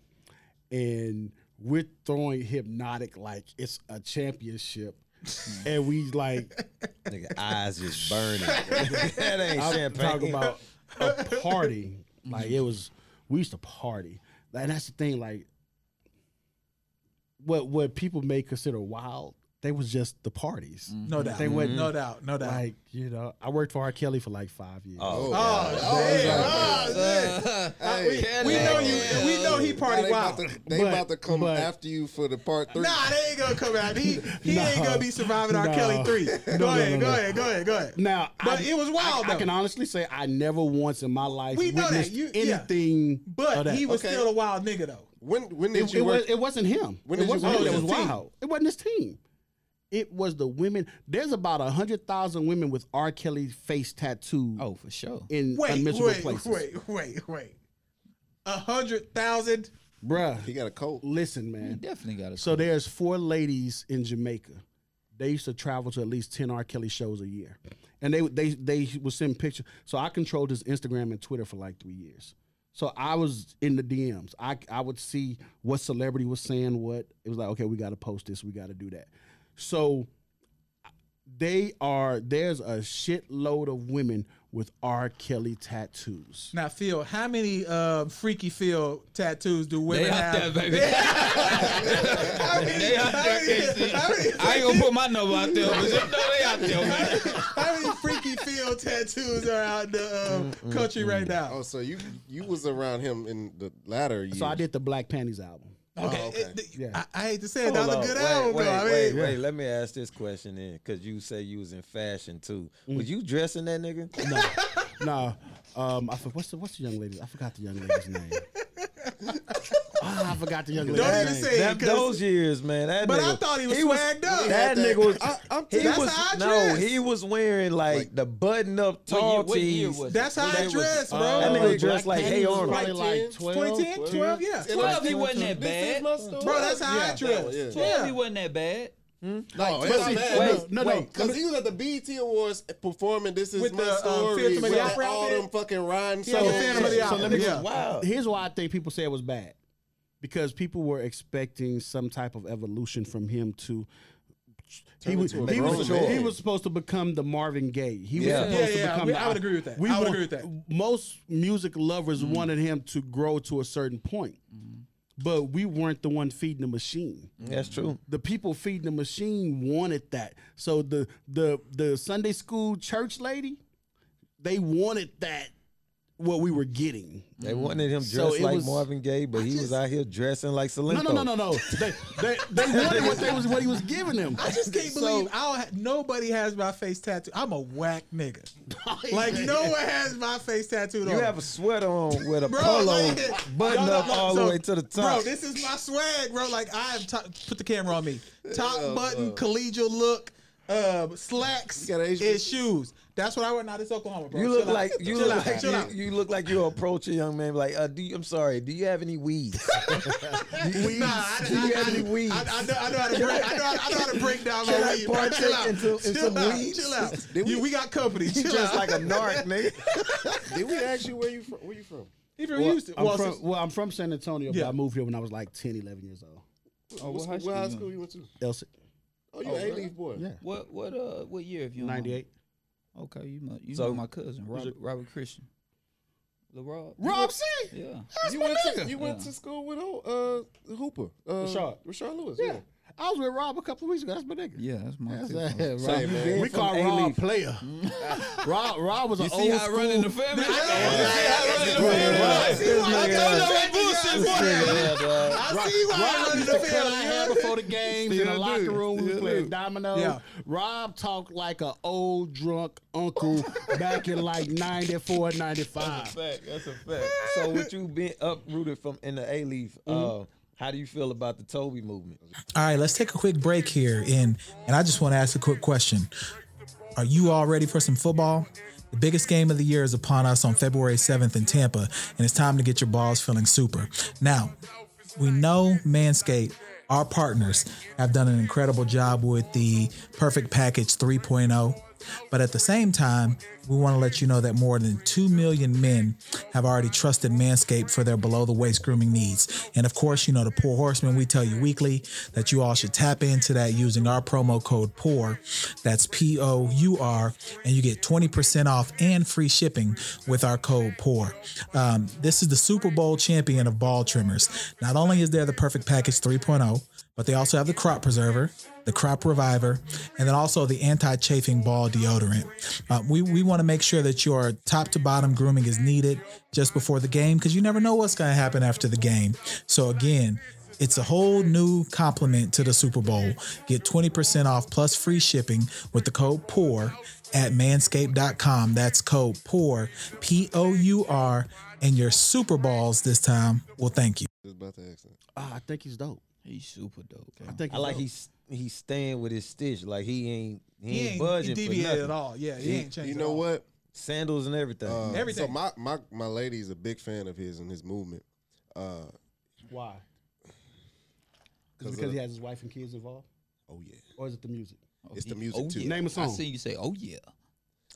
F: and we're throwing hypnotic like it's
C: *laughs*
F: a championship, and we like
E: Nigga eyes just burning. *laughs* that ain't
F: I'm
E: champagne.
F: talking *laughs* about a party. Like it was, we used to party, and that's the thing. Like what what people may consider wild, they was just the parties.
C: No doubt.
F: They
E: Mm-hmm.
F: went-
C: No doubt. No doubt.
F: Like you know, I worked for R. Kelly for like five years.
E: Oh,
C: oh,
E: God.
C: shit. Oh, shit.
D: Hey,
C: we know you. We know he
D: now
C: party
D: they about
C: wild.
D: to, they
F: But-
D: about to come
F: but-
D: after you for the part three.
C: Nah, they ain't gonna come out. He
F: *laughs*
C: he ain't
F: No.
C: gonna be surviving R.
F: No.
C: Kelly three. Go
F: no,
C: ahead, go
F: no, no.
C: ahead, go ahead, go ahead.
F: Now,
C: But it was wild,
F: I, I
C: though.
F: can honestly say I never once in my life
C: We know that.
F: witnessed
C: You- yeah.
F: anything. of
C: But
F: that.
C: he was
D: Okay.
C: still a wild nigga though.
D: When when did
F: It,
D: you
F: it
D: work?
F: was, it wasn't him.
D: When did
F: it
D: you
F: wasn't
D: work
F: him
D: with
F: that was
D: his team?
F: wild. It wasn't his team. It was the women. There's about a hundred thousand women with R. Kelly face tattoo
G: Oh, for sure.
F: in
C: Wait,
F: unmentionable
C: wait,
F: places.
C: wait, wait, wait. A hundred thousand.
F: Bruh,
D: he got a cold.
F: listen,
G: You
F: man.
G: definitely got to.
F: So there's four ladies in Jamaica. They used to travel to at least ten R. Kelly shows a year, and they they they would send pictures. So I controlled his Instagram and Twitter for like three years. So I was in the DMs. I I would see what celebrity was saying what. It was like, okay, we got to post this. We got to do that. So they are there's a shitload of women with R. Kelly tattoos.
C: Now, Phil, how many um, freaky Phil tattoos do women
G: They out
C: have?
G: there, baby.
C: *laughs* How many-
G: They out
C: how
G: there,
C: many-
G: KC.
C: how many-
G: I ain't gonna put my number out there, but you know they out there. Man.
C: How many freaky Phil tattoos are out in the um, country right
D: Oh,
C: now?
D: so you you was around him in the latter years.
F: So I did the Black Panties album.
C: Okay,
D: okay.
C: it- th-
F: Yeah.
C: I, I hate to say it, that
E: Hold
C: was
E: up,
C: a good
E: wait,
C: album.
E: Wait,
C: though. I
E: wait,
C: mean,
E: wait. Let me ask this question then, because you say you was in fashion too. Was you dressing that nigga?
F: No, no. Um, I for, what's the what's the young lady? I forgot the young
C: *laughs*
F: lady's name. Ah, I forgot the young lady's
C: Don't even
F: name.
C: say it,
E: That,
C: 'cause-
E: those years, man. That
C: but
E: nigga,
C: I thought he was swagged up.
E: That
D: Yeah,
E: nigga was.
D: I- I'm
E: he
C: telling-
E: was
C: That's how I
E: no.
C: dress.
E: He was wearing like,
D: Like-
E: the button up
G: What year-
E: tall
G: what year
E: tees.
G: was it?
C: That's how
G: When
C: I
G: they was-
C: dress, bro.
E: That nigga was dressed
F: Black
E: like Hey
F: Panties was
E: Arnold.
F: probably like 12,
C: 2010, 12, yeah.
G: 12, he wasn't that bad.
C: Bro, that's how I dress.
D: yeah.
G: Twelve, he
C: Yeah.
G: wasn't that bad.
D: No,
F: But
D: it's
F: see,
D: not bad.
F: no, no, no.
D: Wait, because he was at the BET Awards performing "This Is
C: With
D: My
C: the, um,
D: Story"
C: Phantom of the
D: with
C: Opera
D: all
C: outfit?
D: them fucking rhymes.
C: Yeah, the Phantom of the
F: So
C: Opera.
F: let me
C: Yeah.
E: Wow.
F: Here's why I think people say it was bad, because people were expecting some type of evolution from him to. He
D: Turn
F: was,
D: into a
F: he, was,
D: grown man.
F: he was supposed to become the Marvin Gaye. He
E: Yeah.
F: was
C: Yeah,
F: supposed
C: yeah,
F: to become.
C: we-
F: the-
C: I would agree with that. I would agree with that. Mm-hmm.
F: Most music lovers wanted him to grow to a certain point, but we weren't the one feeding the machine
E: That's true.
F: the people feeding the machine wanted that. So the the the Sunday school church lady, they wanted that what we were getting.
E: They wanted him dressed
F: So it
E: like
F: was-
E: Marvin Gaye, but he was out here dressing like
F: No,
E: Salinko.
F: no, no, no, no. They they, they wanted what they was what he was giving *laughs* them.
C: I *laughs* just can't
F: So-
C: believe I don't ha- nobody has my face tattooed. I'm a whack nigga.
E: *laughs*
C: Like no one has my face tattooed on.
E: You have a sweater on with a
C: Bro,
E: polo
C: like- No,
E: button
C: no,
E: up
C: no,
E: all
C: so,
E: the way to the
C: Bro,
E: top.
C: this is my swag, bro. Like I have top, put the camera on
E: *laughs*
C: me. Top
E: Oh,
C: button, collegial look, uh, slacks,
D: You got
C: and
D: Asian-
C: shoes. That's what I wear now. This Oklahoma, bro.
E: you look
C: Chill out.
E: like you
C: Chill
E: look
C: out.
E: like
C: Chill out.
E: you, you look like you approach a young man like, uh, do you, I'm sorry, do you have any weeds?
C: *laughs* Nah, I,
E: Do you have
C: I,
E: any
C: I,
E: weeds?
C: I, I know, I know how to break. I know, how- I know how to break down
E: Can
C: my
E: I
C: weed, bro.
E: partake
C: Chill out.
E: in some- in some
C: chill, out.
E: weed?
C: chill out.
D: Did
C: You-
D: we-
C: we got company.
E: you
C: Chill out.
E: dressed like a narc, nigga.
D: Did we ask you where you from? Where you from?
C: he from
F: Well,
C: Houston.
F: I'm
C: Well,
F: from,
C: since-
F: well, I'm from San Antonio,
C: Yeah.
F: but I moved here when I was like 10, 11 years old.
G: Oh,
D: What,
G: what
D: school,
G: high school?
D: what high
G: you
D: school
G: in?
D: you went to?
F: Elsie,
D: Oh, you A Leaf boy.
F: yeah,
G: What what uh what year if you don't mind?
F: 98.
G: Okay, you know, you
E: So-
G: know my cousin Robert, Robert Christian, the Rob.
F: Rob C.
G: Yeah.
D: You went to you went
G: Yeah.
D: to school with oh, uh Hooper. Uh,
F: Rashard.
D: Rashard Lewis.
F: Yeah.
D: Yeah.
F: I was with Rob a couple of weeks ago. That's my nigga.
G: Yeah, that's my.
F: That's
G: cousin.
F: that,
D: Same,
F: Rob.
D: man.
F: we
D: From
F: call Rob player. *laughs* Rob, Rob was an
G: You
E: Oh,
G: see
F: old
G: how I
F: school.
G: run in the family? You see how I run in the family?
E: Right. This
G: I
E: nigga-
G: told y'all that bullshit,
E: this
G: boy.
E: nigga, dog.
C: I see why
F: Rob
C: I run in
F: used
C: the
F: to cut our hair
C: field.
F: before the games in the
G: Still
F: locker
G: do.
F: room. We was
G: Still
F: playing
G: do.
F: dominoes.
C: Yeah.
F: Rob talked like an old drunk *laughs* uncle back in like 94, 95.
G: Fact, that's a fact.
E: So with you being uprooted from in the A Leaf, uh, how do you feel about the Toby movement?
C: All right, let's take a quick break here, and and I just want to ask a quick question: Are you all ready for some football? The biggest game of the year is upon us on February 7th in Tampa, and it's time to get your balls feeling super. Now, we know Manscaped, our partners, have done an incredible job with the Perfect Package oh. 3.0. But at the same time, we want to let you know that more than 2 million men have already trusted Manscaped for their below the waist grooming needs. And of course, you know, the Poor Horseman, we tell you weekly that you all should tap into that using our promo code POUR. That's P O U R. And you get 20% off and free shipping with our code POUR. Um, this is the Super Bowl champion of ball trimmers. Not only is there the Perfect Package oh, 3.0, but they also have the crop preserver, the crop reviver, and then also the anti-chafing ball deodorant. Uh, we we want to make sure that your top to bottom grooming is needed just before the game because you never know what's going to happen after the game. So again. It's a whole new complement to the Super Bowl. Get 20% off plus free shipping with the code POUR at manscaped.com. That's code POUR, P O U R, and your Super Bowls this time will thank you.
D: Just about to ask him.
F: Ah, I think he's dope.
G: He's super dope.
F: I think
E: I
F: he's
E: like
F: dope.
E: he's he's staying with his stitch, like he ain't he, ain't, budging for nothing.
C: all. Yeah, he, ain't changed.
D: You know what?
E: Sandals and everything.
D: Uh,
C: Everything.
D: So my my my lady's a big fan of his and his movement. Uh,
F: Why?
D: 'Cause
F: Because because
D: of-
F: he has his wife and kids involved,
D: oh yeah,
F: or is it the music?
D: it's the music
G: oh,
D: too.
G: yeah.
F: Name a
G: I
F: song.
G: see you say, oh yeah.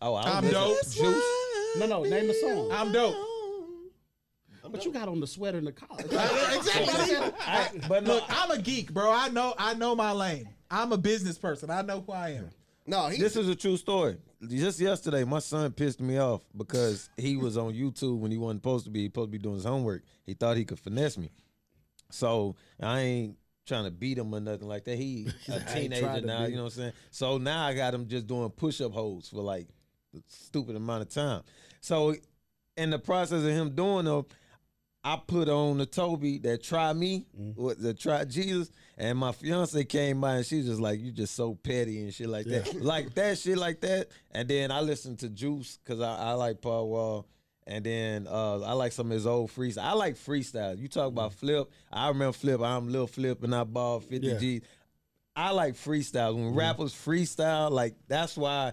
E: oh, I
C: I'm
E: was-
C: dope.
E: Juice.
F: No, no. Name a song.
C: I'm dope.
F: but you got on the sweater and the collar.
C: exactly.
E: I, but no,
C: Look, I'm a geek, bro. I know I know my lane. I'm a business person. I know who I am.
D: No, he
E: this is a true story. Just yesterday, my son pissed me off because he was on YouTube when he wasn't supposed to be. He supposed to be doing his homework. He thought he could finesse me. So I ain't trying to beat him or nothing like that. He a teenager
F: trying to
E: now,
F: beat
E: you know what I'm saying? So now I got him just doing push up holds for like a stupid amount of time. So in the process of him doing them, I put on the Toby that try me, what the try Jesus, and my fiance came by and she's just like, "You just so petty and shit like that, like that shit like that." And then I listened to Juice because I, I like Paul Wall, and then uh, I like some of his old freestyle. I like freestyle. You talk about Flip, I remember Flip. I'm Lil Flip, and I ball 50
F: Yeah.
E: G's. I like freestyle. When rappers freestyle, like that's why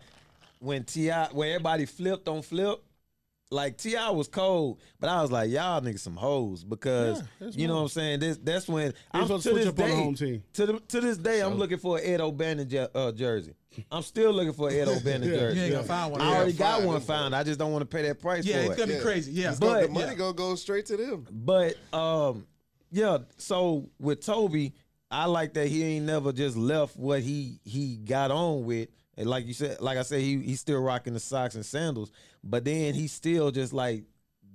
E: when Ti, when everybody flipped on Flip, like Ti was cold, but I was like, y'all niggas some hoes because
F: that's
E: you know
F: right.
E: what I'm saying. This that's when I'm
F: supposed
E: to
F: to switch
E: this
F: up on the
E: day
F: home team.
E: to the, to this day I'm looking for an Ed O'Bannon je- uh, jersey. I'm still looking for an Ed O'Bannon jersey.
C: You ain't gonna find one.
E: I already got
D: find
E: one
D: them,
E: found. I just don't want to pay that price
C: yeah, it's
E: for it.
C: gonna be
D: Yeah.
C: crazy. Yeah.
D: It's gonna-
E: but-
D: the money gonna go straight to them.
E: But um, yeah. So with Toby, I like that he ain't never just left what he he got on with. And like you said, like I said, he he's still rocking the socks and sandals. But then he still just like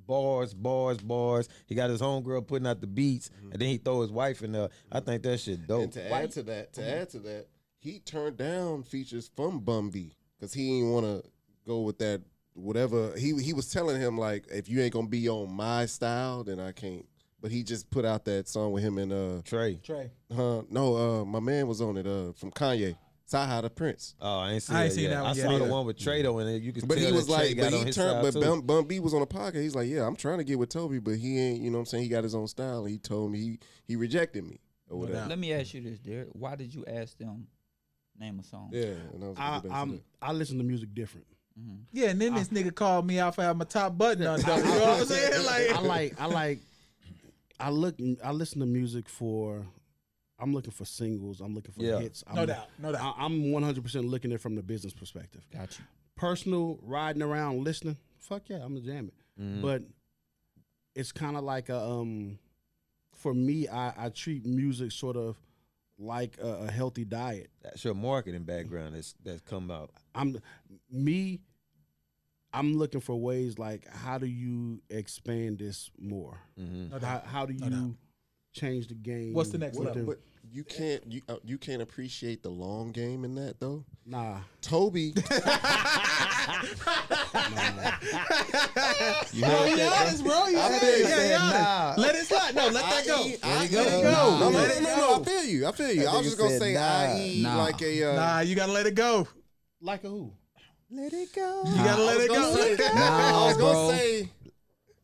E: bars, bars, bars. He got his homegirl putting out the beats,
D: Mm-hmm.
E: and then he throw his wife in there. I think that shit dope.
D: And to add to that, to add to that, he turned down features from Bumby because he didn't want to go with that whatever he he was telling him like if you ain't gonna be on my style then I can't. But he just put out that song with him and uh
E: Trey.
C: Trey.
D: huh, no uh my man was on it uh from Kanye Saha the Prince.
E: Oh, I ain't seen,
C: I ain't
E: that,
C: seen
E: yet.
C: that one
E: I
C: yet
E: saw the
C: either.
E: one with Trey though, and you could
D: But
E: tell
D: he
E: that
D: was
E: Trey
D: like,
E: got
D: but
E: on
D: he
E: his
D: turned,
E: side,
D: but
E: too.
D: Bum, Bum B was on a podcast. He's like, yeah, I'm trying to get with Toby, but he ain't, you know what I'm saying? He got his own style. He told me he he rejected me or whatever.
C: doubt.
G: Let me ask you this, Derek. Why did you ask them name a song?
D: Yeah, and I was
F: I,
D: like, "That's
F: I'm,
D: it."
F: I listen to music different.
C: Yeah, and then this nigga called me out for having my top button on. though, You know what I'm saying?
F: I
C: Like,
F: like I like I look I listen to music for I'm looking for singles, I'm looking for
E: Yeah.
F: hits. I'm,
C: no doubt, no doubt.
F: I, I'm 100% looking at it from the business perspective.
G: Got you.
F: Personal riding around listening, fuck yeah, I'm gonna jam it.
D: Mm.
F: But it's kind of like a um for me I I treat music sort of like a, a healthy diet.
E: That's your marketing background that's that's come out.
F: I'm me. I'm looking for ways like how do you expand this more?
E: Mm-hmm.
D: *laughs* Mm.
C: No
F: How,
C: doubt.
F: how do you
C: doubt.
F: change the game?
C: What's the next
F: What
C: level?
F: do-
D: But you can't you uh, you can't appreciate the long game in that though.
F: Nah,
E: *laughs*
D: Toby,
E: You heard
C: Be
E: that,
C: honest, bro. You
D: I
C: said
D: feel
C: it.
D: you.
C: Yeah, be honest.
E: Nah.
C: Let it slide. No, let that go.
D: I.e., I- E.
E: go.
D: No, No,
E: Nah.
D: no,
C: Let
D: no,
C: it
D: no,
C: go.
D: I feel you. I feel you. I
E: nigga
D: was just gonna
E: said,
D: say
E: nah.
D: IE
G: Nah.
D: like a uh,
C: Nah, you gotta let it go.
F: like a who?
D: let it go.
C: You gotta let it go. Let it go.
D: *laughs* I was
E: bro.
D: gonna say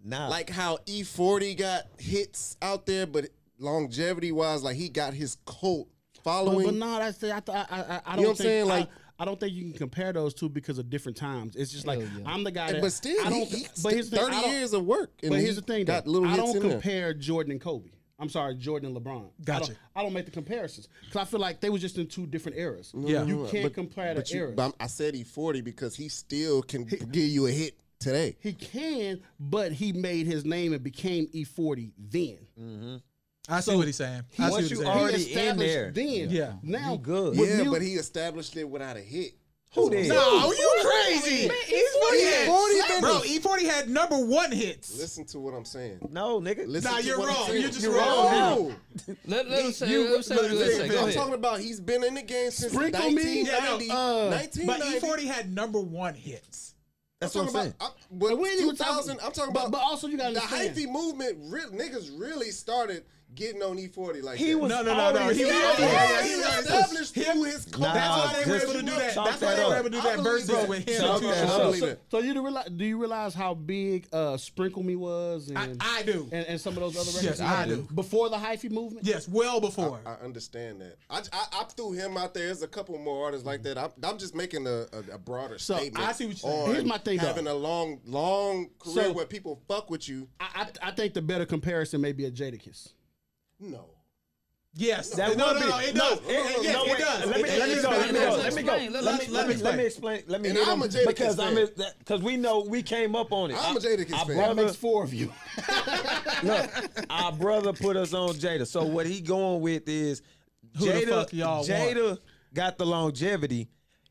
E: Nah,
F: Uh-huh.
D: like how E40 got hits out there, but longevity wise, like he got his cult
F: But,
D: following.
F: but nah, that's the, I, th- I, I, I don't
D: You know what I'm
F: think,
D: saying? Like-
F: I, I don't think you can compare those two because of different times. It's just like
G: Hell yeah.
F: I'm the guy that
D: but still,
F: I don't.
D: he, he,
F: but here's the thing, I
D: thirty
F: don't-
D: years of work. And
F: But
D: he
F: here's the thing,
D: got
F: though.
D: little
F: I
D: hits
F: don't
D: in there.
F: compare Jordan and Kobe. I'm sorry, Jordan and LeBron. I
C: Gotcha.
F: don't, I don't make the comparisons because I feel like they were just in two different eras.
C: Yeah.
F: you can't
D: But-
F: compare
D: but
F: the
D: you-
F: eras.
D: but I'm- I said he forty because he still can give you a hit today.
F: he can, but he made his name and became E40 then.
C: I see what he's saying. I see
E: Once
C: what
E: you
C: he's saying.
E: are-
F: He
E: Already in
F: established
E: there.
F: Then,
C: Yeah.
F: Now,
E: You good.
F: with
D: yeah,
F: mu-
D: but he established it without a hit.
E: who did?
C: No, you crazy. E40 had
D: E40 been
C: bro.
D: the-
C: E40 had number one hits.
D: Listen to what I'm saying.
E: No, nigga.
D: Listen
C: Nah,
D: to
C: you're
D: what I'm
C: wrong.
D: saying.
C: You're just
D: No.
C: wrong.
G: Let, let him say,
E: you-
G: let him say,
E: look,
G: what he gonna
E: look,
G: say. Go
E: look,
D: I'm
G: ahead.
D: talking about he's been in the game since
F: Sprinkle me?
D: 1990.
C: Yeah,
F: no, uh,
C: But
D: 1990.
C: E40 had number one hits.
E: That's
D: I'm
E: what I'm
D: talking
E: saying.
D: about. I, but
F: we ain't even talking-
D: 2000. I'm talking
F: but-
D: about.
F: but also you gotta
D: the
F: understand.
D: hyphy movement. Real, niggas really started getting on E40 like
F: He
D: that.
F: was
C: No, no, no, no.
F: already-
C: He was
F: Yeah,
C: already-
F: yeah,
C: yeah,
D: he
C: he was
D: established
C: already-
D: through his cult.
E: Nah,
C: That's why they were
E: just
C: able to do that.
E: chalk
C: That's why
E: that
C: they were
E: up.
C: able to do
D: I
C: that
D: believe
C: versus
D: that.
C: with him.
D: Chalk
C: and two
D: that
C: shots.
D: up.
F: So,
D: believe
F: so,
D: it.
F: so you do realize, do you realize how big uh, Sprinkle Me was, and
C: I, I do.
F: and, and some of those other
C: Yes,
F: records?
C: I do.
F: Before the hyphy movement,
C: Yes, well before.
E: Uh,
D: I understand that. I, I, I threw him out there. There's a couple more artists like that. I'm, I'm just making a, a, a broader
F: So,
D: statement.
C: I see what you're saying.
D: on
F: Here's my thing, though.
D: Having a long, long career
F: So-
D: where people fuck with you.
F: I, I I think the better comparison may be a Jadakiss.
D: No.
C: Yes.
E: That
C: no, no,
E: would be-
C: no, it
E: no,
C: does. It- it- yes,
E: no,
C: it
E: wait.
C: does.
E: Let me-
C: It-
E: let me
C: it
E: go, let me
C: does.
E: go, let me go.
G: Explain,
E: Let me,
G: explain,
E: let me, let me
G: explain.
E: explain. Let me
D: And
E: hit
D: I'm
E: him,
D: a Jadakiss
E: because I'm
D: fan.
E: because we know we came up on it.
D: I'm a Jadakiss
E: I
D: fan.
E: brought
F: That
E: up- *laughs*
F: makes four of you.
E: Look, our brother put us on Jada. So what he going with is
C: Who the
E: Jada.
C: fuck y'all
E: Jada got the longevity.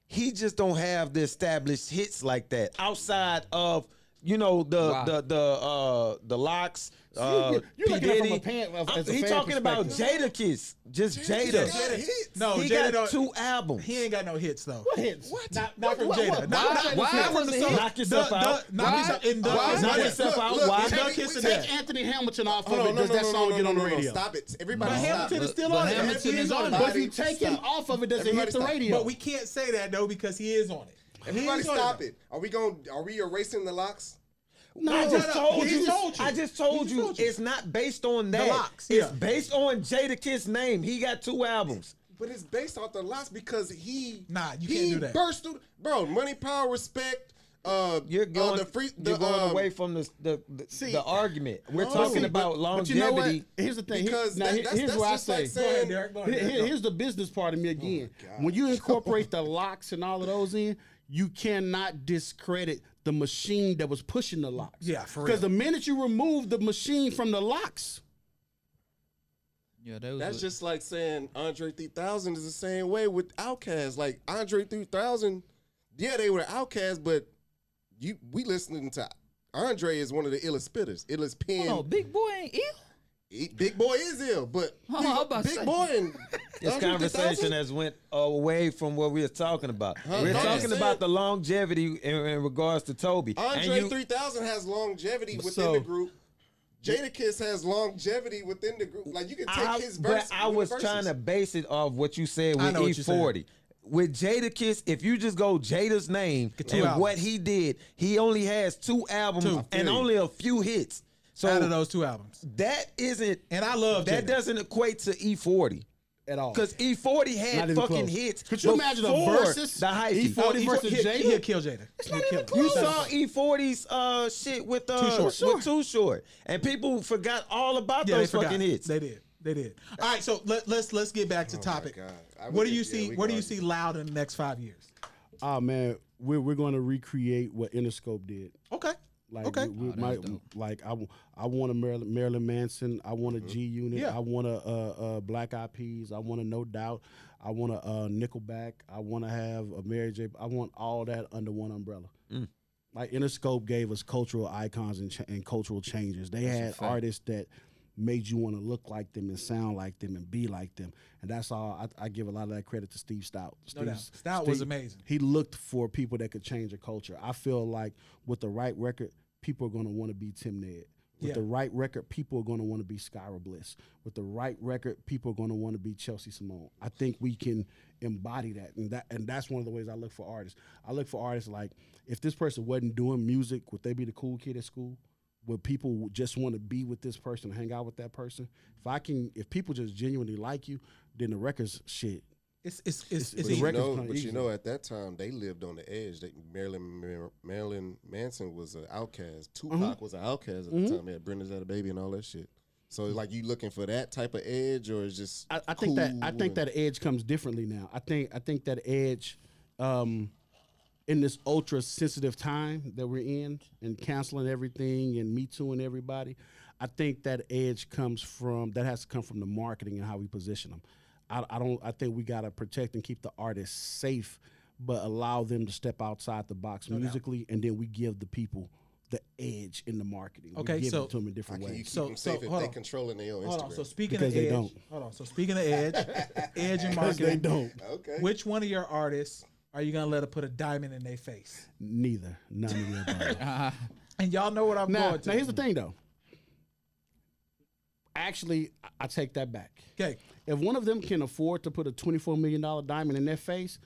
E: He just don't have the established hits like that outside of you know the
G: Wow.
E: the the uh the locks. Uh,
F: you're
E: P.
F: looking at it from
E: Diddy.
F: a pan- as-
E: I'm-
F: as a
E: he
F: fan
E: talking about
F: perspective.
E: Jada Kiss, just Jada.
D: Jada.
C: Jada-
D: hits.
C: No, Jada
E: he got
C: don't.
E: two albums.
C: He ain't got no hits though.
F: hits? What?
C: Not, not from Jada. Not,
F: Why-
C: not,
F: why
C: not from
F: was
C: the
F: it
C: song.
E: Knock Yourself
C: the,
E: Out?
C: The, knock
E: Why-
C: yourself, in the,
E: why-
C: in
E: Knock
C: the-
E: Yourself Out?
D: look,
E: Why-
D: take-
C: Duck Kiss
D: we-
C: to Death.
F: Take Anthony Hamilton off
D: Hold
F: of
D: on,
F: it.
D: no,
F: Does
D: no,
F: that
D: no,
F: song
D: no,
F: get
D: no,
F: on the
D: no, no,
F: radio?
D: Stop it. Everybody
C: But
D: stop.
C: Hamilton is still
G: But
C: on it.
G: Hamilton
C: Everybody
G: is on it.
F: But if
D: Everybody
F: you take him
D: stop.
F: off of it, does it hit
D: Everybody
F: the
D: stop.
F: radio?
C: But we can't say that though because he is on it.
D: Everybody
C: He is on
D: stop
C: though.
D: it. Are we going? to Are we erasing the locks?
E: No, I
C: No,
E: just
C: no,
E: told
C: he
E: you.
C: told you.
E: I just told
C: He
E: you.
C: told you.
E: It's not based on that.
C: locks,
E: It's
C: yeah.
E: based on Jada Kiss name. He got two albums.
D: But it's based off the locks because he
C: Nah, you
D: he
C: can't do that.
D: Burst through, bro. Money, power, respect. Uh,
C: Oh,
E: You're going,
D: uh, the free, the,
E: you're going
D: um,
E: away from the the, the,
F: See-
E: the argument. We're
D: No,
E: talking
D: see,
E: about
F: But you
E: longevity.
F: know what? Here's the thing. He-
D: Because
F: now,
D: that-
F: he-
D: that's-
F: here's
D: that's
F: what I
D: just like
F: say.
D: saying- Go ahead,
C: Derek. Go ahead,
F: Here-
C: Derek.
F: here- Here's the business part of me again. when you incorporate the locks and all of those in, you cannot discredit the machine that was pushing the locks.
C: Yeah, for
F: Because
C: real.
F: the minute you remove the machine from the locks,
G: Yeah, that was
D: That's
G: what-
D: just like saying Andre 3000 is the same way with Outkast. Like Andre 3000, yeah, they were Outkast, but you we listening to Andre is one of the illest spitters, illest pen.
G: Hold on, Big Boy ain't ill.
D: he- Big Boy is ill,
G: *laughs*
D: but
G: Oh, I'm about to
D: Big
G: say.
D: Boy and
E: This
D: Andre 3000?
E: conversation has went away from what we were talking about. We're
D: Andre
E: talking
D: said-
E: about the longevity in, in regards to Toby. And
D: Andre
E: you-
D: 3000 has longevity within
E: So-
D: the group. Jadakiss has longevity within the group. Like you can take
E: I,
D: his
E: but
D: verse.
E: I was trying to base it off what you said
C: I
E: with
C: know what you're
E: E40. With Jada Kiss, if you just go Jada's name
C: Get two
E: and
C: albums.
E: what he did, he only has two albums
C: Two.
E: and only a few hits.
C: out of
E: So
C: those two albums.
E: that isn't
C: And I love
E: that
C: Jada.
E: doesn't equate to E E40.
F: at all.
E: Because E40
F: Not
E: E had
F: even
E: fucking
F: close.
E: hits.
F: Could you imagine a
E: before
F: versus?
E: The hype.
F: E40
C: Oh, he-
F: versus
C: he'll-
F: Jada?
C: He'll kill Jada. He'll kill him.
E: You saw E40's uh shit with uh
C: Too Short.
E: with Too Short, and people forgot all about
C: Yeah, they
E: those
C: forgot.
E: fucking hits.
C: They did. They did. All right, so let, let's let's get back to topic.
D: Oh God. I
C: What do
D: would-
C: you
D: yeah,
C: see?
D: we
C: What do
D: can
C: you
D: argue.
C: see loud in the next five years?
F: oh man, we're we're going to recreate what Interscope did.
C: Okay.
F: Like
C: okay.
F: we, we might, like I, w- I want a Marilyn, Marilyn Manson. I want a G Unit.
C: Yeah.
F: I want a uh, uh, Black Eyed Peas. I want a No Doubt. I want a uh, Nickelback. I want to have a Mary J. I want all that under one umbrella. Like Interscope gave us cultural icons and, ch- and cultural changes. They had artists that made you want to look like them and sound like them and be like them. And that's all I, I give a lot of that credit to Steve Stout.
C: No
F: Steve,
C: doubt. Stout was
F: Steve-
C: amazing.
F: He looked for people that could change a culture. I feel like with the right record, people are going to want to be Tim Ned. With
C: Yeah.
F: the right record, people are going to want to be Skyra Bliss. With the right record, people are going to want to be Chelsea Simone. I think we can embody that, and that and that's one of the ways I look for artists. I look for artists like if this person wasn't doing music, would they be the cool kid at school? Would people w- just want to be with this person, hang out with that person? If I can, if people just genuinely like you, then the records shit.
C: It's it's it's,
F: But
C: it's easy.
F: the
D: But you,
F: record's
D: know,
F: kinda
D: but
F: easy.
D: you know, at that time they lived on the edge. They, Marilyn Mar- Marilyn Manson was an outcast.
C: Mm-hmm.
D: Tupac was an outcast at the time. They had Brenda's had a baby and all that shit. So like you looking for that type of edge, or it's just
F: I, I think that I
D: cool
F: think
D: and-
F: that edge comes differently now. I think I think that edge, um, in this ultra sensitive time that we're in, and canceling everything and me too and everybody, I think that edge comes from that has to come from the marketing and how we position them. I, I don't. I think we gotta protect and keep the artists safe, but allow them to step outside the box musically, and then we give the people the edge in the marketing.
C: Okay,
F: we give
C: so-
F: it to them in different
D: How can you
F: ways.
D: keep
C: So-
D: them
C: so,
D: safe if
C: hold
D: they
C: on.
D: controlling their own
C: Hold
D: Instagram?
C: on. So speaking
F: Because
C: of
F: they
C: edge,
F: don't.
C: hold on. So speaking
D: *laughs*
C: of edge, edge and
F: Because they
C: marketing.
F: don't.
D: okay.
C: Which one of your artists are you gonna let her put a diamond in their face?
F: Neither. None of the above.
C: And y'all know what I'm
F: Now,
C: going to.
F: now here's the thing, though. Actually, I- I take that back.
C: Okay.
F: If one of them can afford to put a twenty-four million dollar diamond in their face,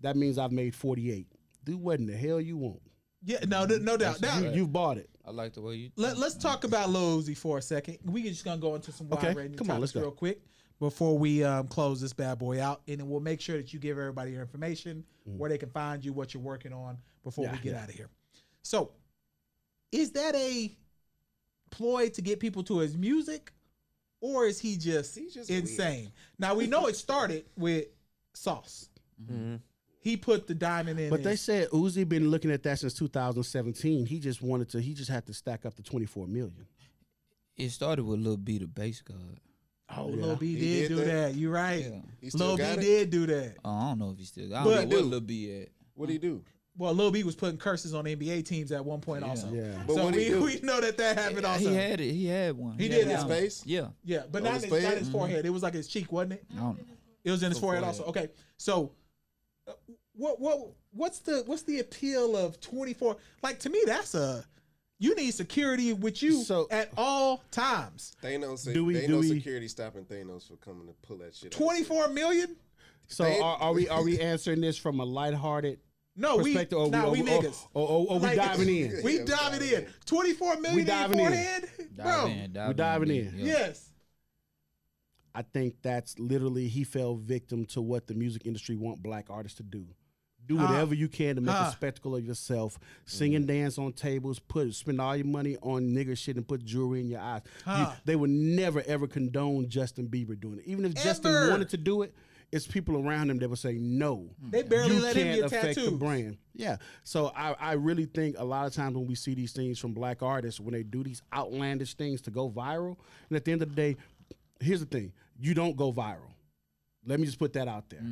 F: that means I've made forty-eight. Do what in the hell you want.
C: Yeah. No. No, no doubt. Now,
F: You, have bought it.
G: I like the way you.
C: Let, us talk about Lil Uzi for a second. We just gonna go into some wide
F: Okay,
C: ranging
F: come on,
C: topics
F: let's go.
C: real quick before we um, close this bad boy out, and then we'll make sure that you give everybody your information, where they can find you, what you're working on before we
F: Mm. Yeah,
C: get
F: yeah.
C: out of here. So, is that a ploy to get people to his music, or is he just,
D: He's just
C: insane? Now we know it started with Sauce.
D: Mm-hmm.
C: He put the diamond in.
F: But they
C: his-
F: said Uzi been looking at that since 2017. He just wanted to. He just had to stack up the 24 million.
G: It started with Lil B, the bass god.
C: oh, Lil B
D: He
C: did,
D: did
C: do
D: that.
C: that. You right?
G: Yeah.
D: He still
C: Lil B
D: got it?
C: did do that.
G: Uh, I don't know if he still. I
C: But-
G: don't know where Lil B at.
D: What do he do?
C: Well, Lil B was putting curses on NBA teams at one point also.
F: Yeah.
D: But
C: so
D: what
C: we,
D: he
C: *laughs*
D: do?
C: we know that that happened also.
G: He had it. He had one.
C: He
G: had
C: did
G: it.
C: have
D: it. Space?
G: Yeah.
C: yeah, but
D: Oh,
C: not,
D: his
C: his, not
D: forehead?
C: his forehead. It was like his cheek, wasn't it?
G: I don't know.
C: It was in his
G: Oh,
C: forehead,
G: forehead.
C: also. Okay, so uh, what what what's the what's the appeal of twenty four? Like to me, that's a you need security with you
F: So-
C: at all times.
D: Thanos. said-
F: Do we-
D: they
F: do
D: know
F: we-
D: security stopping Thanos for coming to pull that shit. out.
C: Twenty four million?
F: So
D: They-
F: are, are we are we answering this from a lighthearted
C: No, we
F: perspective? or
C: nah,
F: are
C: we,
F: we, or-
C: niggas.
F: Or, or- or we
C: Like-
F: diving in? *laughs*
D: Yeah,
C: *laughs* We
D: we
C: diving
D: diving
C: in. Twenty four million in
F: diving in.
C: forehead, bro.
G: Dive in, dive
F: we diving
G: B.
F: in.
G: Yeah.
C: Yes.
F: I think that's literally he fell victim to what the music industry want black artists to do. Do
C: Ah.
F: whatever you can to make
C: Ah.
F: a spectacle of yourself. Sing and dance on tables. Put spend all your money on nigger shit and put jewelry in your eyes. You-
C: Ah.
F: they would never ever condone Justin Bieber doing it. Even if Justin
C: Ever. Mm.
F: wanted to do it, it's people around him that would say no.
C: They barely
F: You
C: let him
F: can't
C: get
F: affect the
C: tattoos.
F: brand. Yeah. So I, I really think a lot of times when we see these things from black artists, when they do these outlandish things to go viral, and at the end of the day, here's the thing you don't go viral. Let me just put that out there.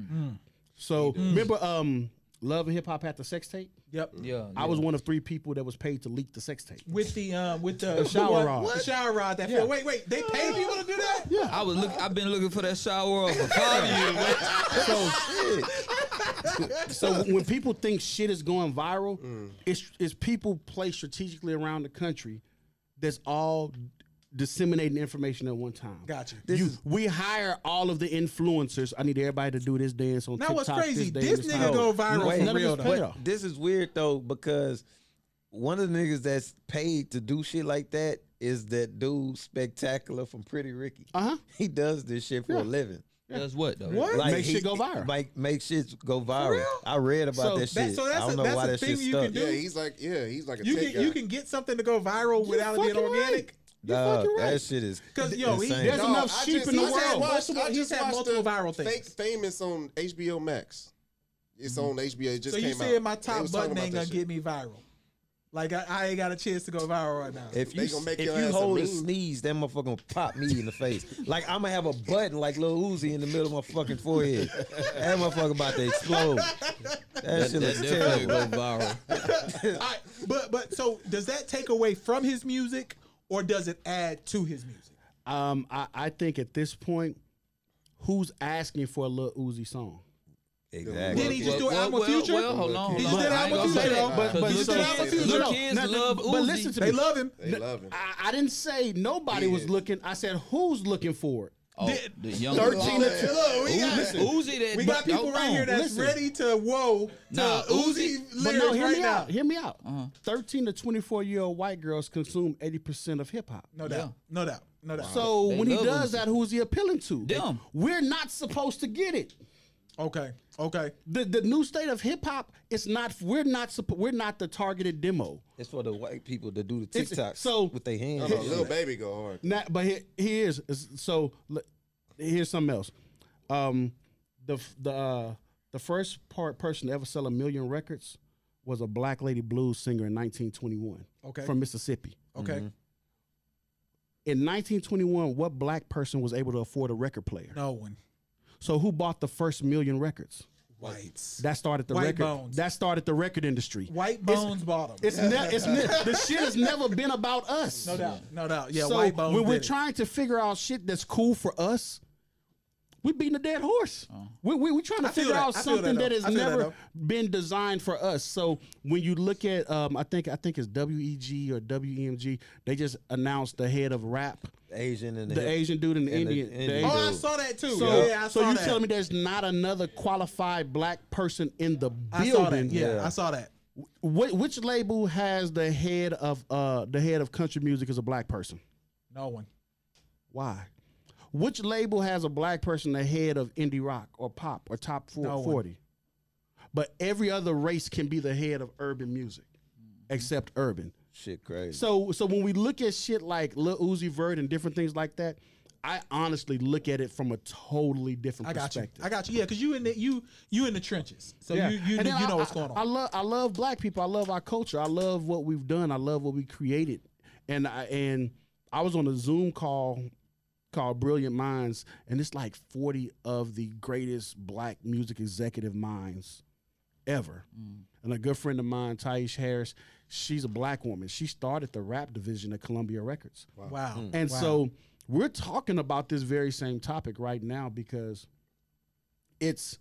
F: So remember, um, Love and Hip Hop had the sex tape.
C: Yep.
G: Yeah.
F: I was one of three people that was paid to leak the sex tape.
C: With the um with the,
F: shower
C: what-
F: rod.
C: The shower rod that fell. Wait, wait, they paid people to do that?
F: Yeah.
G: I was look. I've been looking for that shower for five years.
F: So when people think shit is going viral, it's it's people play strategically around the country that's all disseminating information at one time.
C: Gotcha.
F: This is- we hire all of the influencers. I need everybody to do this dance on
C: Now what's
F: TikTok.
C: crazy,
F: This,
C: this
F: dance,
C: nigga
F: time.
C: go viral
F: Wait,
C: for
F: none of
C: real
F: this
C: though.
F: paid off.
E: This is weird though because one of the niggas that's paid to do shit like that is that dude Spectacular from Pretty Ricky. *laughs*
F: Uh-huh.
E: He does this shit for a living.
G: That's what though.
C: What?
E: Like
F: Make
E: he-
F: shit go viral.
E: Make make shit go viral. I read about
F: So
E: that
C: that-
E: shit.
C: so that's
E: I don't
C: a-
E: know
C: that's
E: why
C: a
E: that
C: thing
E: shit
C: you
E: stuck.
C: can do.
D: Yeah, he's like, yeah, he's like a
C: You
D: tech
C: can you
D: guy.
C: can get something to go viral without it being
F: fucking right.
C: organic.
E: Dog,
F: fucking right.
E: That shit is
C: 'Cause, yo, he-
E: insane.
F: there's
D: Dog,
F: enough
D: I
F: sheep
D: just-
F: in the
D: I just
F: world.
D: watched-
C: Multiple-
D: I
C: he's
D: just
C: had
D: watched
C: multiple
D: the
C: viral things. Mm-hmm.
D: Fake famous on HBO Max. It's on HBO. It just
C: So you
D: came out.
C: said my
D: They
C: top
D: was talking
C: button
D: about
C: ain't
D: that
C: gonna
D: shit.
C: get me viral. Like I, I ain't got a chance to go viral right now.
E: If
D: They
E: you
D: gonna make
E: if
D: your
E: you
D: ass a
E: hold a,
D: meme.
E: sneeze, that motherfucker gonna pop me in the face. Like I'm gonna have a button like Lil Uzi in the middle of my fucking forehead. That motherfucker about to explode. That, shit
G: That
E: looks
G: definitely
E: terrible.
G: go viral.
C: I, but but so does that take away from his music or does it add to his music?
F: Um, I, I think at this point, who's asking for a Lil Uzi song?
E: Exactly.
C: Did he just do
G: Well,
C: an album
G: well,
C: with Future?
G: Well, hold on.
D: He
C: just
G: hold on.
C: did an
G: I ain't
C: album
G: gonna
C: with
G: say
C: Future, though.
G: that.
C: But-
G: Cause
F: but
G: little
F: he did an album with
G: kids-
F: Future.
G: little
F: No,
G: kids
F: not-
G: love
F: but listen
G: Uzi.
F: to
C: They love him.
D: They love him.
F: I, I didn't say nobody was
D: Yeah.
F: looking. I said who's looking for it.
G: Oh,
C: Did-
G: the young
F: Thirteen
D: Lil
F: to two.
C: Look, we got,
F: Listen.
G: Uzi that
C: we got people
G: Hold
C: right here
G: on.
C: that's
F: listen.
C: ready to whoa to
G: Nah,
C: Uzi,
G: Uzi-
F: But
C: lyrics
F: no, hear
C: right
F: me
C: now.
F: out. Hear me out. Thirteen to twenty-four year old white girls consume eighty percent of hip hop.
C: No doubt. No doubt. No doubt.
F: So
G: They
F: when he
G: love
F: does
G: Uzi.
F: that, who's he appealing to?
G: Them.
F: We're not supposed to get it.
C: okay. Okay.
F: The the new state of hip hop is not. We're not. suppo- We're not the targeted demo.
E: It's for the white people to do the
F: It's-
E: TikToks
F: so-
E: with their
D: No,
E: hands.
D: no, little baby go hard.
F: Not, but here, here is is- so. l- Here's something else. Um, the f- the uh, the first part person to ever sell a million records was a black lady blues singer in 1921.
C: Okay.
F: from Mississippi.
C: Okay.
F: In 1921, what black person was able to afford a record player?
C: No one.
F: So who bought the first million records?
C: Whites.
F: That started the
C: White
F: record.
C: Bones.
F: That started the record industry.
C: White bones bottom.
F: It's ne-
C: *laughs*
F: it's ne- the shit has never been about us.
C: no doubt. No doubt. Yeah,
F: so
C: white bones.
F: when we're
C: did it.
F: trying to figure out shit that's cool for us, we're beating a dead horse. We we we trying to
C: Oh. I feel
F: figure
C: that.
F: out
C: I feel
F: something
C: that,
F: that,
C: though.
F: has
C: I feel that,
F: never
C: though.
F: been designed for us. So when you look at, um, I think I think it's WEG or WEMG. They just announced the head of rap,
E: Asian and
F: the Asian dude and the
E: and the
F: Indian.
E: Indian
F: the
E: dude.
F: Asian-
C: Oh, I saw that too.
F: So,
C: yeah, I
F: so
C: saw
F: you
C: that.
F: telling me there's not another qualified black person in the building?
C: I saw that. Yeah,
E: Yeah.
C: I saw that.
F: Wh- which label has the head of uh the head of country music is a black person?
C: No one.
F: Why? Which label has a black person the head of indie rock or pop or top four-
C: No one.
F: 40? But every other race can be the head of urban music
C: Mm-hmm.
F: except urban.
E: shit crazy.
F: So so when we look at shit like Lil Uzi Vert and different things like that, I honestly look at it from a totally different
C: I got you.
F: perspective.
C: I got you. Yeah, because you in the you you in the trenches. So you you,
F: And
C: you,
F: then I-
C: know what's
F: I-
C: going on.
F: I love I love black people. I love our culture. I love what we've done. I love what we created. And I and I was on a Zoom call called Brilliant Minds, and it's like 40 of the greatest black music executive minds ever.
C: Mm.
F: And a good friend of mine, Taish Harris, she's a black woman. She started the rap division at Columbia Records.
C: wow.
F: And
C: Wow.
F: so we're talking about this very same topic right now because it's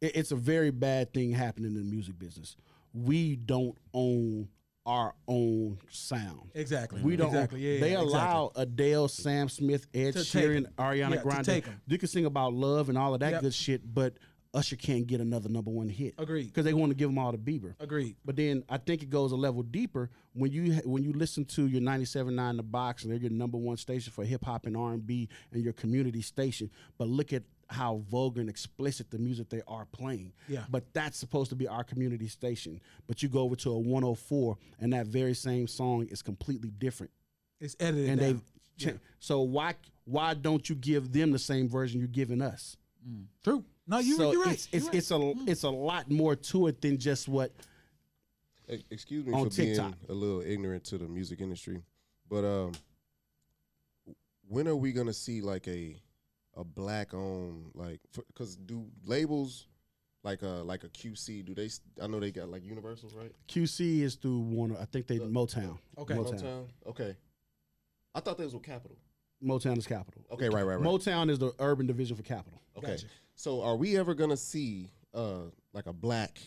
F: it- it's a very bad thing happening in the music business. We don't own our own sound.
C: exactly.
F: We don't.
C: Exactly. Yeah, yeah,
F: they
C: yeah,
F: allow Adele, Sam Smith, Ed
C: To take
F: Sheeran,
C: 'em.
F: Ariana
C: Yeah, to
F: Grande.
C: take 'em.
F: You can sing about love and all of that
C: Yep.
F: good shit, but Usher can't get another number one hit.
C: Agreed.
F: Because they want to give them all to Bieber.
C: Agreed.
F: But then I think it goes a level deeper when you when you listen to your 97.9 The Box and they're your number one station for hip hop and R and B and your community station. But look at how vulgar and explicit the music they are playing.
C: Yeah.
F: But that's supposed to be our community station. But you go over to a 104 and that very same song is completely different.
C: It's edited.
F: And
C: down.
F: they've cha- so why why don't you give them the same version you're giving us?
C: true. No, you
F: so
C: you're right.
F: It's
C: You're
F: it's,
C: right. Mm.
F: it's a it's a lot more to it than just what
D: E- Excuse me
F: On
D: for
F: TikTok.
D: being a little ignorant to the music industry, but um, when are we gonna see like a a black owned like? Because do labels Like a like a QC. Do they? s- I know they got like Universal, right?
F: QC is through Warner. I think they Motown.
C: Okay.
F: Motown. Motown,
D: Motown. Okay. I thought that was with Capital.
F: is Capital.
D: Okay, right, right, right.
F: Motown is the urban division for Capital.
D: okay.
C: Gotcha.
D: So are we ever gonna see uh like a black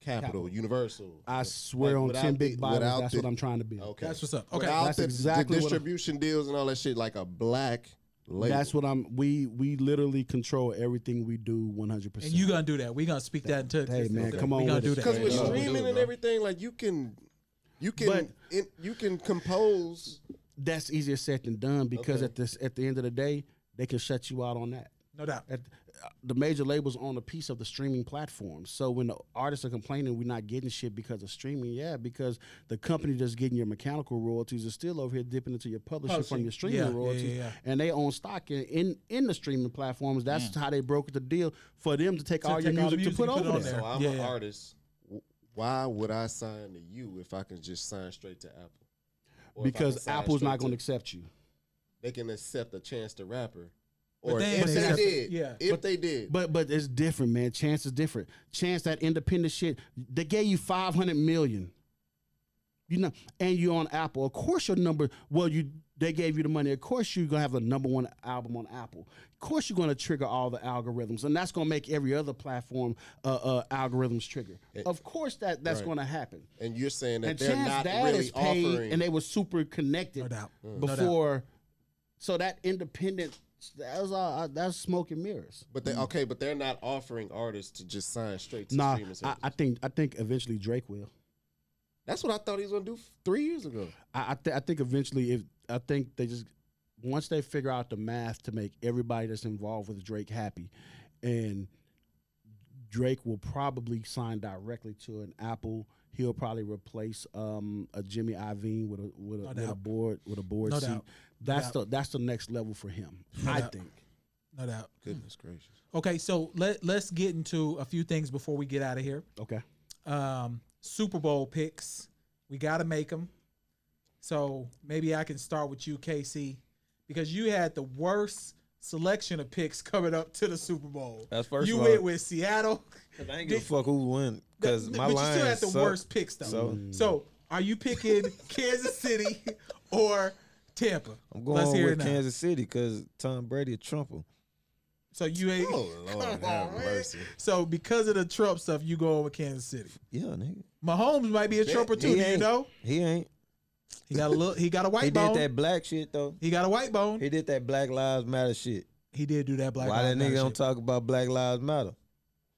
D: Capital, Universal?
F: I swear on
D: without
F: ten
D: the-
F: big Bibles,
D: without
F: that's
D: the-
F: what I'm trying to be.
D: okay.
C: That's what's up. Okay.
D: Without
F: That's
D: the,
F: exactly
D: the
F: what I'm-
D: distribution deals and all that shit, like a black label.
F: That's what I'm. We we literally control everything we do 100.
C: and
F: percent
C: you gonna do that. we gonna speak that into
F: Hey, man,
C: existence.
F: come
C: We
F: on
C: gonna
F: with
C: do
F: it.
C: that.
D: because with
C: Yeah.
D: streaming
G: Yeah.
D: and everything, like you can, you can,
F: But-
D: it, you can compose.
F: that's easier said than done because
D: Okay.
F: at this at the end of the day they can shut you out on that.
C: No doubt.
F: At, uh, the major labels own a piece of the streaming platform. So when the artists are complaining we're not getting shit because of streaming, yeah, because the company that's getting your mechanical royalties is still over here dipping into your publishing,
C: Publishing.
F: from your streaming
C: Yeah, yeah,
F: royalties,
C: yeah, yeah.
F: and they own stock in, in in the streaming platforms. That's how they brokered the deal for them to take
C: Mm. To
F: all your
C: take all the
F: music, to
C: music
F: put
C: and put it
F: over
C: on
F: there.
D: So I'm
C: Yeah,
D: an
C: yeah.
D: artist. W- Why would I sign to you if I can just sign straight to Apple? Or if I can
F: because
D: sign
F: Apple's not
D: straight
F: going to accept you.
D: They can accept a chance to rapper. Or
C: they
D: if
C: ain't
D: they
C: accept it.
D: did,
C: Yeah.
D: if they did,
F: But but it's different, man. Chance is different. Chance that independent shit. They gave you five hundred million. You know, and you're on Apple. Of course, your number. Well, you they gave you the money. Of course, you're gonna have the number one album on Apple. Of course, you're gonna trigger all the algorithms, and that's gonna make every other platform uh, uh, algorithms trigger. of course, that that's
D: Eh. Right.
F: gonna happen.
D: and you're saying that
F: And
D: they're
F: Chance
D: not
F: dad
D: really
F: is paid,
D: offering.
F: and they were super connected
C: No doubt. doubt.
F: before. So that independent, that was all. that's smoke and mirrors.
D: but they okay, but they're not offering artists to just sign straight to
F: Nah,
D: streaming
F: I,
D: services.
F: I think I think eventually Drake will.
D: That's what I thought he was gonna do f- three years ago.
F: I I, th- I think eventually if I think they just once they figure out the math to make everybody that's involved with Drake happy, and Drake will probably sign directly to an Apple. He'll probably replace um, a Jimmy Iovine with a with a,
C: No
F: with a
C: doubt.
F: board with a board
C: No
F: seat.
C: doubt. No
F: That's
C: doubt.
F: the that's the next level for him.
C: No
F: I
C: doubt.
F: think.
C: No doubt.
D: Goodness gracious.
C: Okay, so let let's get into a few things before we get out of here.
F: Okay.
C: Um, Super Bowl picks. We got to make them. So maybe I can start with you, KC, because you had the worst selection of picks coming up to the Super Bowl.
E: That's first
C: You
E: of all.
C: went with Seattle.
E: I ain't give a fuck who won
C: *laughs*
E: because
C: Th-
E: my
C: but you still had
E: Lions
C: the
E: suck.
C: worst picks though. So,
E: So-
C: are you picking *laughs* Kansas City *laughs* or Tampa?
E: I'm going with Kansas City because Tom Brady a trumper.
C: So you ain't.
D: *laughs* Oh *laughs* Lord, have mercy.
C: So because of the Trump stuff, you going with Kansas City.
E: Yeah, nigga.
C: Mahomes might be a Trumper too.
E: He
C: Do you
E: ain't.
C: know?
E: He ain't.
C: He got a little. He got a white
E: He
C: bone.
E: did that black shit though.
C: He got a white bone.
E: He did that Black Lives Matter shit.
C: He did do that black.
E: Why
C: Lives
E: that nigga
C: Matter
E: don't
C: shit.
E: talk about Black Lives Matter?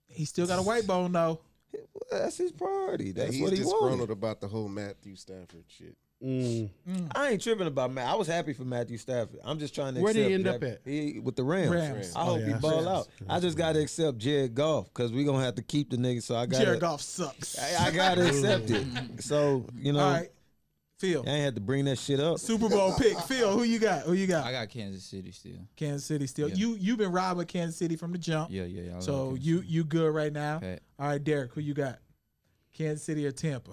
C: He still got a white bone though.
E: That's his priority. That's
D: He's
E: what he
D: disgruntled
E: wanted.
D: about the whole Matthew Stafford shit.
F: Mm.
E: I ain't tripping about Matt. I was happy for Matthew Stafford. I'm just trying to.
F: Where did he
E: accept
F: end
E: that-
F: up at?
E: He with the Rams.
C: Rams.
E: I hope
F: Oh, yeah.
E: he ball
F: Rams.
E: out. I just gotta accept Jared Goff because we gonna have to keep the nigga. So I got.
C: Jared
E: to
C: Goff sucks.
E: I, I gotta accept it.
F: *laughs*
E: So you know,
C: All right, Phil.
E: I ain't had to bring that shit up.
C: Super Bowl pick. Phil, who you got? Who you got?
G: I got Kansas City still.
C: Kansas City still.
G: Yeah.
C: You you've been riding with Kansas City from the jump.
G: Yeah, yeah, yeah. I love
C: So
G: Kansas
C: you
G: City.
C: you good right now?
G: Pat,
C: All right, Derek, who you got? Kansas City or Tampa?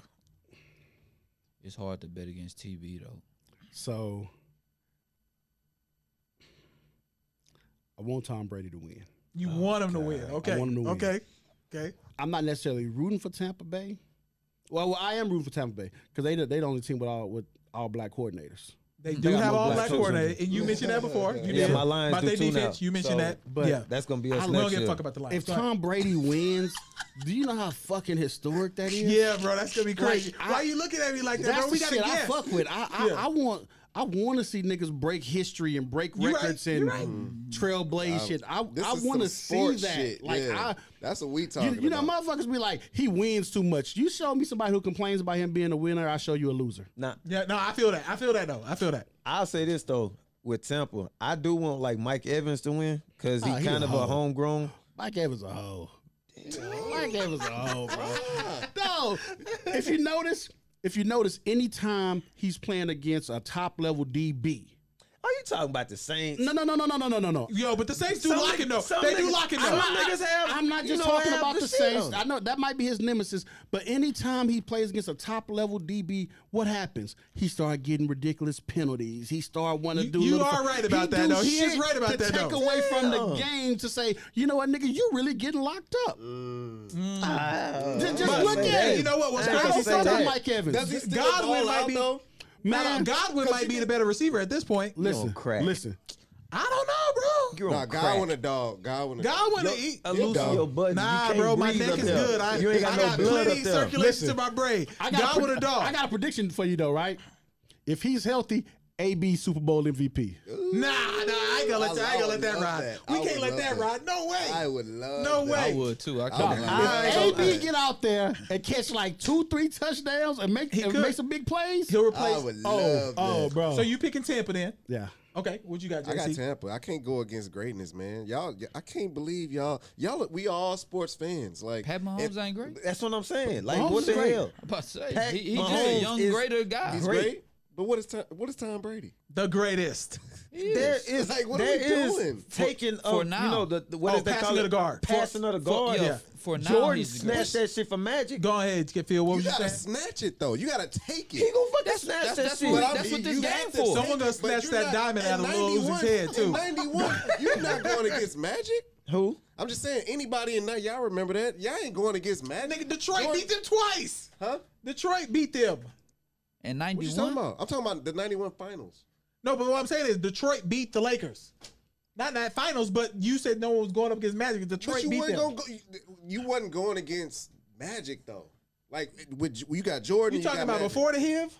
G: it's hard to bet against TB though.
F: So I want Tom Brady to win.
C: You want him to win. Okay.
F: Uh, want 'em to win.
C: Okay. Okay.
F: I'm not necessarily rooting for Tampa Bay. Well, well, I am rooting for Tampa Bay because they the- they the only team with all with all black coordinators.
C: They
E: Mm-hmm.
C: do
F: got
C: have
F: more
C: all
F: black
C: black
F: coaches.
C: coordinator, and you mentioned that before. You
E: Yeah,
C: did.
E: my Lions
C: about
E: do
C: their
E: too
C: defense.
E: now.
C: You mentioned
E: So,
C: that.
F: but
C: yeah.
E: That's gonna be
C: I
E: us
C: don't
E: next
C: give a
E: year.
C: fuck about the Lions.
F: If
C: Go ahead.
F: Tom Brady wins, do you know how fucking historic that is?
C: Yeah, bro, that's gonna be crazy.
F: I-
C: Why you looking at me like that,
F: that's
C: bro? We
F: the
C: gotta
F: shit
C: guess.
F: I fuck with. I I,
C: Yeah.
F: I want I want to see niggas break history and break
C: You right,
F: records
C: you
F: and mm.
C: right.
F: trailblaze shit. I
D: Uh, This
F: I
D: is
F: want
D: some
F: to see
D: sports
F: that.
D: shit,
F: Like
D: yeah.
F: I.
D: that's what we talking
F: You, you know,
D: about.
F: motherfuckers be like, he wins too much. You show me somebody who complains about him being a winner, I show you a loser.
E: Now
C: Yeah, no, I feel that. I feel that though. I feel that.
E: I'll say this though with Temple, I do want like Mike Evans to win because he
F: Oh, he
E: kind
F: a
E: of
F: hoe.
E: a homegrown.
F: Mike Evans a hoe. Mike Evans a hoe,
C: *laughs*
F: bro. no, if you notice, if you notice, anytime he's playing against a top level DB,
E: Are you talking about the Saints?
F: No, no, no, no, no, no, no, no, no.
C: Yo, but the Saints do
E: Some
C: lock
E: niggas-
C: it though.
E: some
C: They do
E: niggas-
C: lock it
E: I'm
C: though.
E: not- niggas have-
F: I'm not
E: you
F: just
E: know,
F: talking
E: have
F: about
E: the
F: the
E: shit
F: Saints.
E: on it.
F: I know that might be his nemesis, but anytime he plays against a top level DB, what happens? He start getting ridiculous penalties. He start want to
C: You-
F: do.
C: you
F: little-
C: are right about that,
F: do
C: though. He is
F: shit
C: right about
F: to
C: that,
F: Take
C: though.
F: away from the
E: Yeah.
F: game to say, you know what, nigga, you really getting locked up. Just, just
C: Uh, But-
F: look at
C: hey,
F: it.
C: you know what? What's
E: I
F: Take
E: ain't
C: crazy
E: gonna
F: away
E: say
F: from
C: sometimes-
E: that.
F: Mike Evans.
D: Does he
C: Just
D: still
C: Godwin
D: ball
C: might
D: out
C: be-
D: though?
F: Man,
C: Godwin might be the better receiver at this point.
F: listen,
E: crack.
F: listen.
C: I don't know,
E: You're
D: Nah,
E: on crack.
D: Godwin a dog. Godwin a dog.
C: bro. Godwin, he,
E: I uh, loosen
D: dog.
E: your buttons. you
C: nah,
E: can't
C: bro, my
E: breathe
C: neck
E: up
C: is
E: there.
C: good. I,
E: you ain't got
C: I
E: no
C: got
E: blood up
C: plenty
E: there.
C: circulation
F: Listen,
C: to my brain.
F: I got
C: Godwin
F: a,
C: a
F: pred-
C: dog.
F: I got a prediction for you though, right? If he's healthy, AB Super Bowl MVP.
C: Nah, nah, I ain't gonna let
D: I-
C: that, I ain't
D: I
C: gonna
D: would
C: let that
D: love
C: ride.
D: that.
C: We
D: I
C: can't
D: would
C: let
D: love
C: that
D: that.
C: ride. No way.
D: I would love
C: No
D: that.
C: way.
G: I would too.
D: I
G: I
D: would
G: can't.
D: love
C: I
D: that.
C: ain't
F: AB Uh, get out there and catch like two, three touchdowns and make
C: He
F: and
C: could.
F: make some big plays.
C: He'll
D: I
C: replace.
D: would
F: oh,
D: love
F: oh,
D: that.
F: bro.
C: So you picking Tampa then?
F: yeah.
C: Okay, what you got,
D: I got
C: JC?
D: Tampa. I can't go against greatness, man. Y'all, I can't believe y'all. Y'all, we all sports fans. Like
G: Pat Mahomes
D: if-
G: ain't great.
E: That's what I'm saying. Like,
F: Mahomes
E: what the
F: is great.
E: hell?
G: I'm about to say
E: Pat
G: he, he just
E: Mahomes
G: a young,
E: is-
G: greater guy.
D: he's great. But what is Tom, what is Tom Brady?
C: The greatest.
E: There is
D: Like, what are
E: there
D: we
E: is
D: doing?
E: taking
G: for
E: of,
G: now.
E: you know the, the what
C: Oh,
E: is that
C: passing
E: called?
C: of the guard.
E: Passing of the
G: For,
F: oh,
E: guard.
G: yeah, for now
E: Jordan
G: he's the greatest.
E: snatched that shit from Magic.
C: Go ahead, get Phil. What
D: You
C: was Oh, you
D: gotta
C: saying?
D: snatch it though. You gotta take
E: He
D: it.
E: gonna fucking snatch
G: that's-
E: that
G: that's
E: shit.
G: what
D: I'm-
G: that's what this
D: you
G: game
D: got to
G: for.
D: take
C: Someone gonna
D: it, but
C: snatch
D: you're
C: that
D: not-
C: diamond
D: at
C: out of Lil Uzi's
D: 91,
C: head, too.
D: In *laughs* Ninety-one, you're not going against Magic.
E: Who?
D: I'm just saying, anybody in that y'all remember that? Y'all ain't going against Magic.
C: Nigga, Detroit
D: Jordan-
C: beat them twice.
D: Huh?
C: Detroit beat them.
G: And
D: What you talking
G: ninety-one.
D: about? I'm talking about the '91 Finals.
C: No, but what I'm saying is Detroit beat the Lakers. Not in that finals, but you said no one was going up against Magic. Detroit
D: But you
C: beat
D: wasn't
C: them.
D: gonna go, you, you wasn't going against Magic though. Like with you got Jordan.
C: you talking
D: got
C: about
D: Magic.
C: before the Hiv?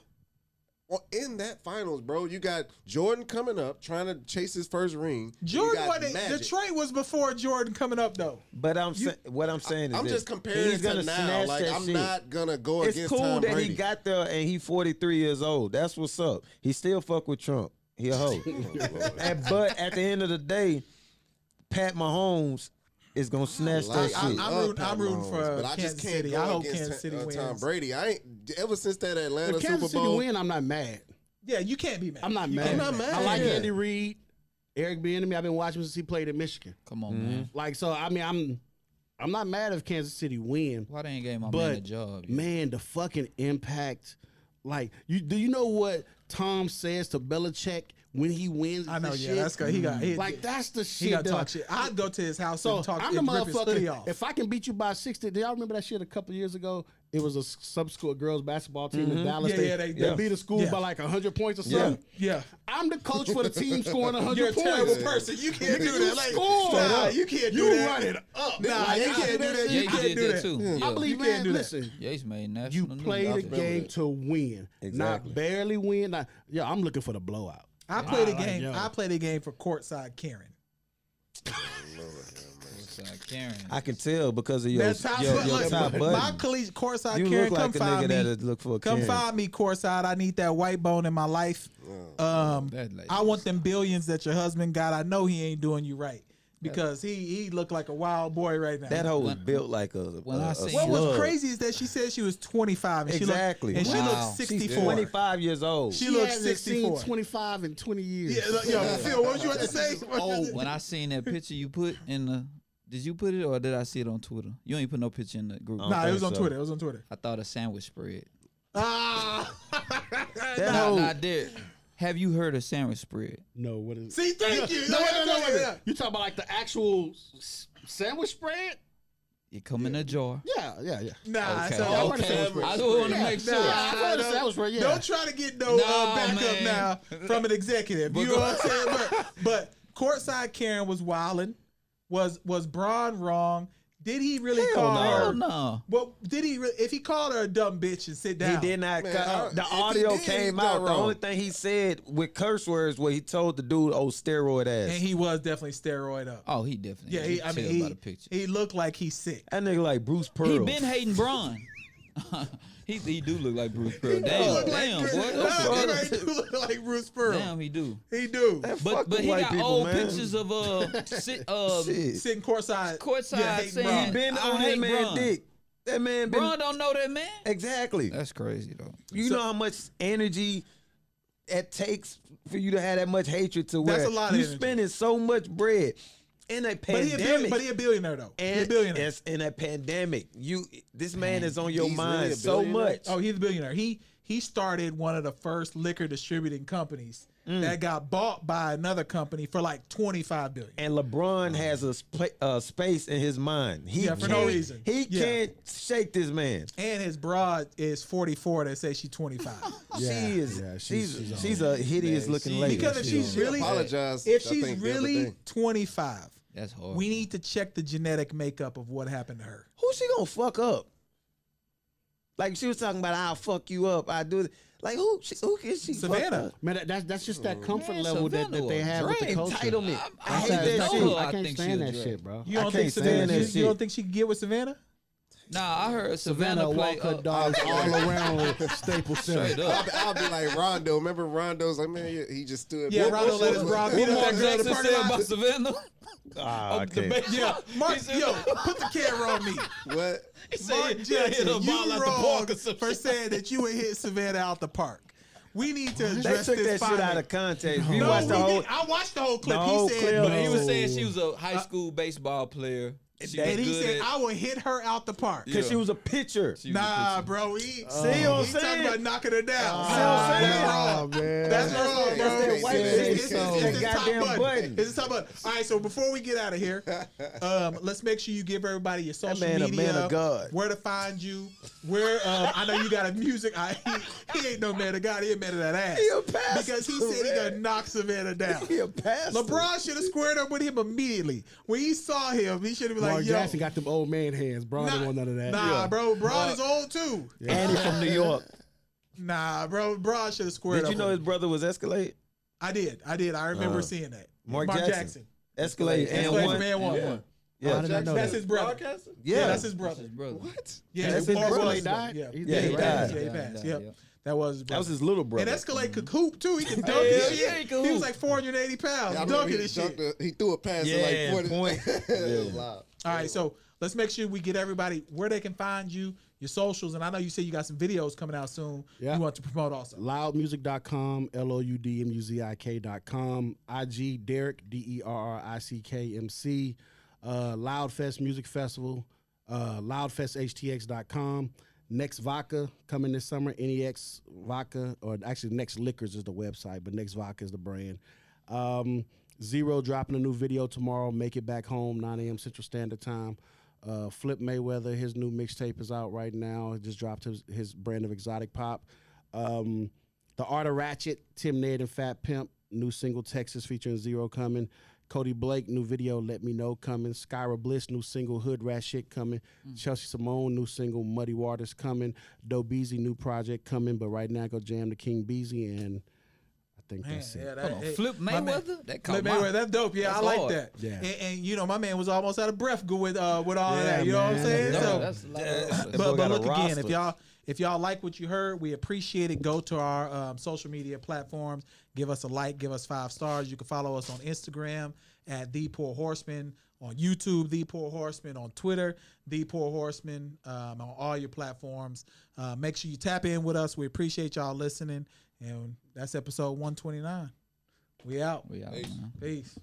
D: Well, in that finals, bro, you got Jordan coming up trying to chase his first ring. You
C: Jordan
D: got
C: wasn't.
D: Magic.
C: Detroit was before Jordan coming up though.
E: But I'm sa- what I'm saying is
D: I'm
E: this.
D: just comparing
E: he's
D: it to
E: gonna
D: now.
E: snatch
D: Like
E: that
D: I'm
E: shit.
D: not gonna go
E: It's
D: against
E: cool
D: Tom
E: that
D: Brady.
C: *laughs*
E: he got there and he 43 years old. That's what's up. He still fuck with Trump. He a hoe. and, but at the end of the day, Pat Mahomes is gonna snatch that
D: I,
E: shit.
C: I- I'm
D: love
C: rooting- I'm
D: Pat
C: rooting for,
D: Mahomes,
C: uh,
D: but I just
C: Kansas
D: can't
C: City.
D: go
C: I hope
D: against
C: Kansas City
D: uh, Tom
C: wins.
D: Brady. I ain't ever since that Atlanta
F: If Kansas
D: Super
F: City
D: Bowl.
F: win, I'm not mad.
C: Yeah, you can't be mad.
F: I'm not
C: You
F: mad.
C: can't
D: not
C: be
D: mad.
F: I like
D: Yeah.
F: Andy Reid, Eric Bieniemy. I've been watching him since he played at Michigan.
G: Come on, man.
F: Like so, I mean, I'm I'm not mad if Kansas City win,
G: Why they ain't gave my man a
F: but
G: job? yeah?
F: man, the fucking impact. Like, you do you know what Tom says to Belichick when he wins?
C: I know.
F: the
C: Yeah,
F: shit?
C: that's good. He got. He,
F: Like that's the
C: he
F: shit.
C: got
F: that-
C: talk shit. I'd go to his house
F: So
C: and talk.
F: I'm the
C: and rip his hoodie
F: motherfucker.
C: off.
F: If I can beat you by sixty, do y'all remember that shit a couple years ago? It was a s- sub-school girls basketball team in Dallas.
C: Mm-hmm. Yeah, yeah,
F: they,
C: they-
F: they
C: yeah.
F: beat a school
C: Yeah.
F: by like hundred points or something.
C: yeah,
F: I'm the coach for
C: *laughs*
F: the team scoring hundred
C: you're a
F: points.
C: terrible person. You can't do
F: Oh, you
C: that. Like,
F: scored.
C: nah, you can't do
F: You
C: that.
F: run it
C: up. Nah, you can't do that.
G: Yeah,
C: You
G: he
C: can't
G: did
C: do
G: that,
C: that Mm.
G: too.
F: I
G: Yeah.
F: believe,
C: You can't
F: man.
C: do that.
F: Listen,
G: Yates made
F: you
G: national. news.
F: play
G: I
F: the
G: feel
F: game
G: it.
F: to win,
E: Exactly.
F: not barely win. Not, yeah, I'm looking for the blowout.
C: I played a
F: like,
C: game.
F: yo.
C: I played a game for courtside Karen.
G: It's like Karen.
E: I can tell because of your
C: That's how.
E: your,
C: but
E: your
C: look,
E: top
C: my
E: button.
C: collegiate courtside
E: You
C: Karen
E: look
C: come
E: like a
C: find
E: nigga
C: me.
E: that look for a
C: Come
E: Karen.
C: find me, courtside. I need that white bone in my life. Um,
G: that lady
C: I want them billions that your husband got. I know he ain't doing you right because he he looked like a wild boy right now.
E: That hoe was built like a.
G: when
E: a,
G: I
E: a
G: seen-
C: what was
E: slug.
C: crazy is that she said she was 25 and
E: Exactly.
C: she looked, and
G: Wow.
C: she looked
E: She's
C: 64.
E: 25 years old.
C: She looks
F: hasn't seen
C: 64.
F: 25 in 20 years.
C: Yeah, look, yo, Phil, what was you about to say?
G: Oh, when I seen that picture you put in the, did you put it or did I see it on Twitter? You ain't put no picture in the group.
E: I don't
C: Nah, it
E: think
C: was on
E: so.
C: Twitter. It was on Twitter.
G: I thought a sandwich spread.
C: Ah,
F: *laughs*
E: That
G: Nah,
E: hoe.
G: nah, there. Have you heard of sandwich spread?
F: No, what is?
C: see, thank you.
F: No,
C: Like, I'm
F: wait, no, no,
C: telling
F: wait. a
C: you,
F: minute. You talking about like the actual s- sandwich spread?
G: It come in a jar.
F: Yeah, yeah, yeah.
C: Nah,
G: Okay.
C: so
G: Oh,
F: heard of
G: okay.
F: sandwich spread.
G: I just want to make
F: Yeah,
G: sure.
F: yeah, I've heard of
C: Nah,
F: sandwich spread. Yeah.
C: Don't try to get no uh,
G: Nah,
C: backup
G: man.
C: now from an executive. You know what I'm saying? But, but courtside Karen was wilding. Was was Braun wrong? Did he really call
G: Hell
C: her?
G: no.
C: Well, did he? Re- if he called her a dumb bitch and sit
E: He
C: down,
E: did not.
D: Man,
E: cu-
D: I-
E: the
D: if he
E: audio
D: did,
E: came
D: he's not
E: out. The
D: wrong.
E: only thing he said with curse words was he told the dude, "Oh, steroid ass."
C: and he was definitely steroid up.
G: Oh, he definitely.
C: yeah, he, I
G: chill
C: mean,
G: by the
C: he,
G: picture.
C: he looked like he's sick.
E: that nigga like Bruce Pearl.
G: He been hating Braun. *laughs* he he do look like Bruce Pearl. Damn,
C: Look like
G: damn,
C: Bruce-
G: boy.
C: Nah,
E: Pearl.
C: man, he do look like Bruce Pearl.
G: Damn, he do.
C: He do.
E: Fuck
G: But but
E: them
G: he
E: white
G: got
E: people,
G: old
E: man.
G: pictures of uh, si-
C: *laughs*
G: uh
E: Shit.
C: Sitting courtside.
G: courtside
C: yeah, hating
G: saying
C: Braun.
G: he
E: been
G: I
E: on that
G: hate
E: man
G: Bron.
E: dick. That man been
G: Braun don't know that man.
E: exactly.
G: That's crazy though.
E: you know how much energy it takes for you to have that much hatred to where
C: That's a lot of
E: you
C: energy.
E: spending so much bread in a
C: But he, a, bill-
E: pandemic.
C: but he a billionaire though. he a
E: and
C: billionaire.
E: it's in a pandemic. You, this man is on your
D: He's
E: mind
D: really a
E: so
D: billionaire?
E: much.
C: Oh, he's a billionaire. He he started one of the first liquor distributing companies that got bought by another company for like twenty five billion.
E: and LeBron has a spla- uh, space in his mind. He
C: Oh. Yeah, for no
E: can't,
C: reason.
E: He
C: Yeah.
E: can't shake this man.
C: And his broad is forty four. That says she's twenty five.
F: Yeah,
E: she is.
F: yeah,
E: she's
F: she's-
E: she's,
F: she's
E: a hideous
D: Man,
E: looking
D: she-
E: lady.
C: because if
D: she
C: she's
D: don't-
C: really
D: she apologized,
C: if
D: I
C: she's
D: think, the other
C: really
D: day. Oh.
C: twenty five,
G: That's hard.
C: we need to check the genetic makeup of what happened to her.
E: who she gonna fuck up? Like she was talking about, I'll fuck you up. I do. This. Like who? She, who can she? fuck
C: Savannah.
E: up?
F: Man, that, that's that's just that comfort
G: Oh, Man,
F: level that,
G: Savannah
F: that they
G: was
F: have with the
G: drained.
F: culture.
E: Entitlement. I
F: That's
E: hate
G: I
F: that-
E: that
F: that's
G: know
E: shit.
F: I
G: her. I
F: can't
G: think
F: stand
G: she
F: that
G: was
F: shit, bro.
C: You don't
E: I
C: think
E: can't stand
C: Savannah?
E: that
C: You,
E: shit.
C: you don't think she could get with Savannah?
G: Nah, I heard Savannah,
F: Savannah
G: play uh,
F: Walker
G: up.
F: dogs all around
G: *laughs*
F: Staples
G: Straight
F: Center.
G: up.
D: I'll, be- I'll be like Rondo. Remember Rondo's like, man, he- he just stood.
C: Yeah,
D: What-
C: Rondo
D: what-
C: let his
D: what-
C: bra beat
G: What
C: up
G: Mark
C: that girl in the
G: Jackson
C: parking
G: said
C: lot. *laughs*
G: about Savannah?
E: Ah,
G: Up the
E: okay.
G: bench.
C: Yeah, *laughs* Mark,
E: *laughs*
G: He said-
C: yo, put the camera on me.
D: What?
G: He said
C: Mark
G: he
C: Jackson,
G: hit a ball
C: you
G: at the
C: wrong
G: park or some
C: for
G: shit.
C: saying that you would hit Savannah out the park. We need to
E: They
C: address
E: took that
C: this.
E: shit out
C: finally.
E: of context. You
C: no,
E: watch the
C: we
E: whole.
C: didn't. I watched the whole clip.
E: whole
C: he
E: clip.
C: said,
G: But he was saying she
F: No.
G: was a high school baseball player. She was
C: Oh. and he
G: good
C: said,
G: at-
C: I will hit her out the park.
E: Cause she was a pitcher.
G: she was a
C: Nah,
G: pitcher.
C: bro. He, See
E: Oh. I'm
C: he
E: saying?
C: talking about knocking her down.
E: See what I'm saying?
C: That's wrong.
F: Oh, man.
C: Oh, That's
D: That's
C: wrong,
D: right.
C: bro.
D: That's that white
C: It's-
D: shit.
C: it's- it's-
D: That
C: it's the top
E: goddamn button.
C: It's the top button. All right, so before we get out of here,
E: *laughs*
C: um, let's make sure you give everybody your social
E: man a
C: media,
E: man of God.
C: where to find you, where. Um, I know you got a music. I, *laughs* he, he ain't no man of God. He a man of that ass.
E: He a pastor,
C: because he said he
E: man.
C: gonna
E: *laughs*
C: knock Savannah down.
E: He a pastor.
C: LeBron should have squared up with him immediately. When he saw him, he should have been
F: Mark
C: like, "Yo,
F: Jackson got them old man hands. Bro, don't
C: nah,
F: want none of that.
C: nah,
F: Yeah.
C: bro. Braun is old too.
E: and he's from New York.
C: Nah, bro. Braun should have squared
E: Did
C: up.
E: you know
C: with
E: his
C: him.
E: brother was Escalade?
C: I did. I did. I
E: Uh,
C: remember seeing that.
E: Mark Jackson. Escalade and
C: Escalade's
E: one.
C: man one. Yeah.
E: Yeah,
F: did I know
C: That's
F: that?
C: his brother.
E: Yeah.
C: that's his brother.
G: His brother.
D: What?
C: Yeah,
E: That's
C: or
E: his brother.
C: was
E: He
C: his brother.
F: died?
C: Yeah,
F: He
E: Yeah, he
C: right.
E: died.
C: Yeah, he
G: Yeah, he
C: passed.
G: died,
C: Yep.
G: yeah.
C: That was his
E: That
C: brother.
E: was his little brother.
C: And Escalade could hoop too. He could dunk
G: Hell
C: his
G: yeah,
C: shit.
G: he could
C: was
G: hoop.
C: like 480
E: *laughs*
C: pounds
D: I remember
C: dunking
D: he,
C: his shit.
D: dunked a- he threw a pass
E: Yeah,
D: at like 40.
E: point.
D: *laughs* It was
E: Yeah.
D: loud.
C: All right, so let's make sure we get everybody where they can find you, your socials, and I know you said you got some videos coming out soon.
F: Yeah.
C: You want to promote also.
F: Loudmusic.com, L O U D M U Z I K.com, IG Derek, D E R R I C K M C, uh, Loudfest Music Festival, uh, loudfesthtx.com, Next Vodka coming this summer, NEX Vodka, or actually Next Liquors is the website, but Next Vodka is the brand. Um, Zero dropping a new video tomorrow, Make It Back Home, 9 a.m. Central Standard Time. Uh, Flip Mayweather, his new mixtape is out right now. He just dropped his, his brand of exotic pop. Um, the Art of Ratchet, Tim Ned and Fat Pimp, new single Texas featuring Zero coming. Cody Blake, new video Let Me Know coming. Skyra Bliss, new single Hood Rat Shit coming.
C: Mm.
F: Chelsea Simone, new single Muddy Waters coming. Doe Beezy, new project coming. But right now, go jam to King Beezy and I think
C: Man,
F: that's it.
C: yeah, that-
G: Come on,
C: hey,
G: Flip
C: my man-
G: Mayweather? That caught
C: Flip
G: my-
C: Mayweather, that's dope. Yeah,
G: That's
C: I like
G: hard.
C: that.
F: Yeah.
C: And, and you know, my man was almost out of breath go with uh with all
F: Yeah,
C: that. You know what I'm
F: man.
C: saying?
F: Yeah.
C: So,
G: That's a lot of-
E: That
C: but,
E: boy
C: but
E: got a
C: look again, if
E: roster.
C: y'all if y'all like what you heard, we appreciate it. Go to our um, social media platforms, give us a like, give us five stars. You can follow us on Instagram at the Poor Horseman, on YouTube the Poor Horseman, on Twitter the Poor Horseman, um, on all your platforms. Uh, make sure you tap in with us. We appreciate y'all listening, and that's episode one twenty nine. We out.
G: We out, man.
C: Peace.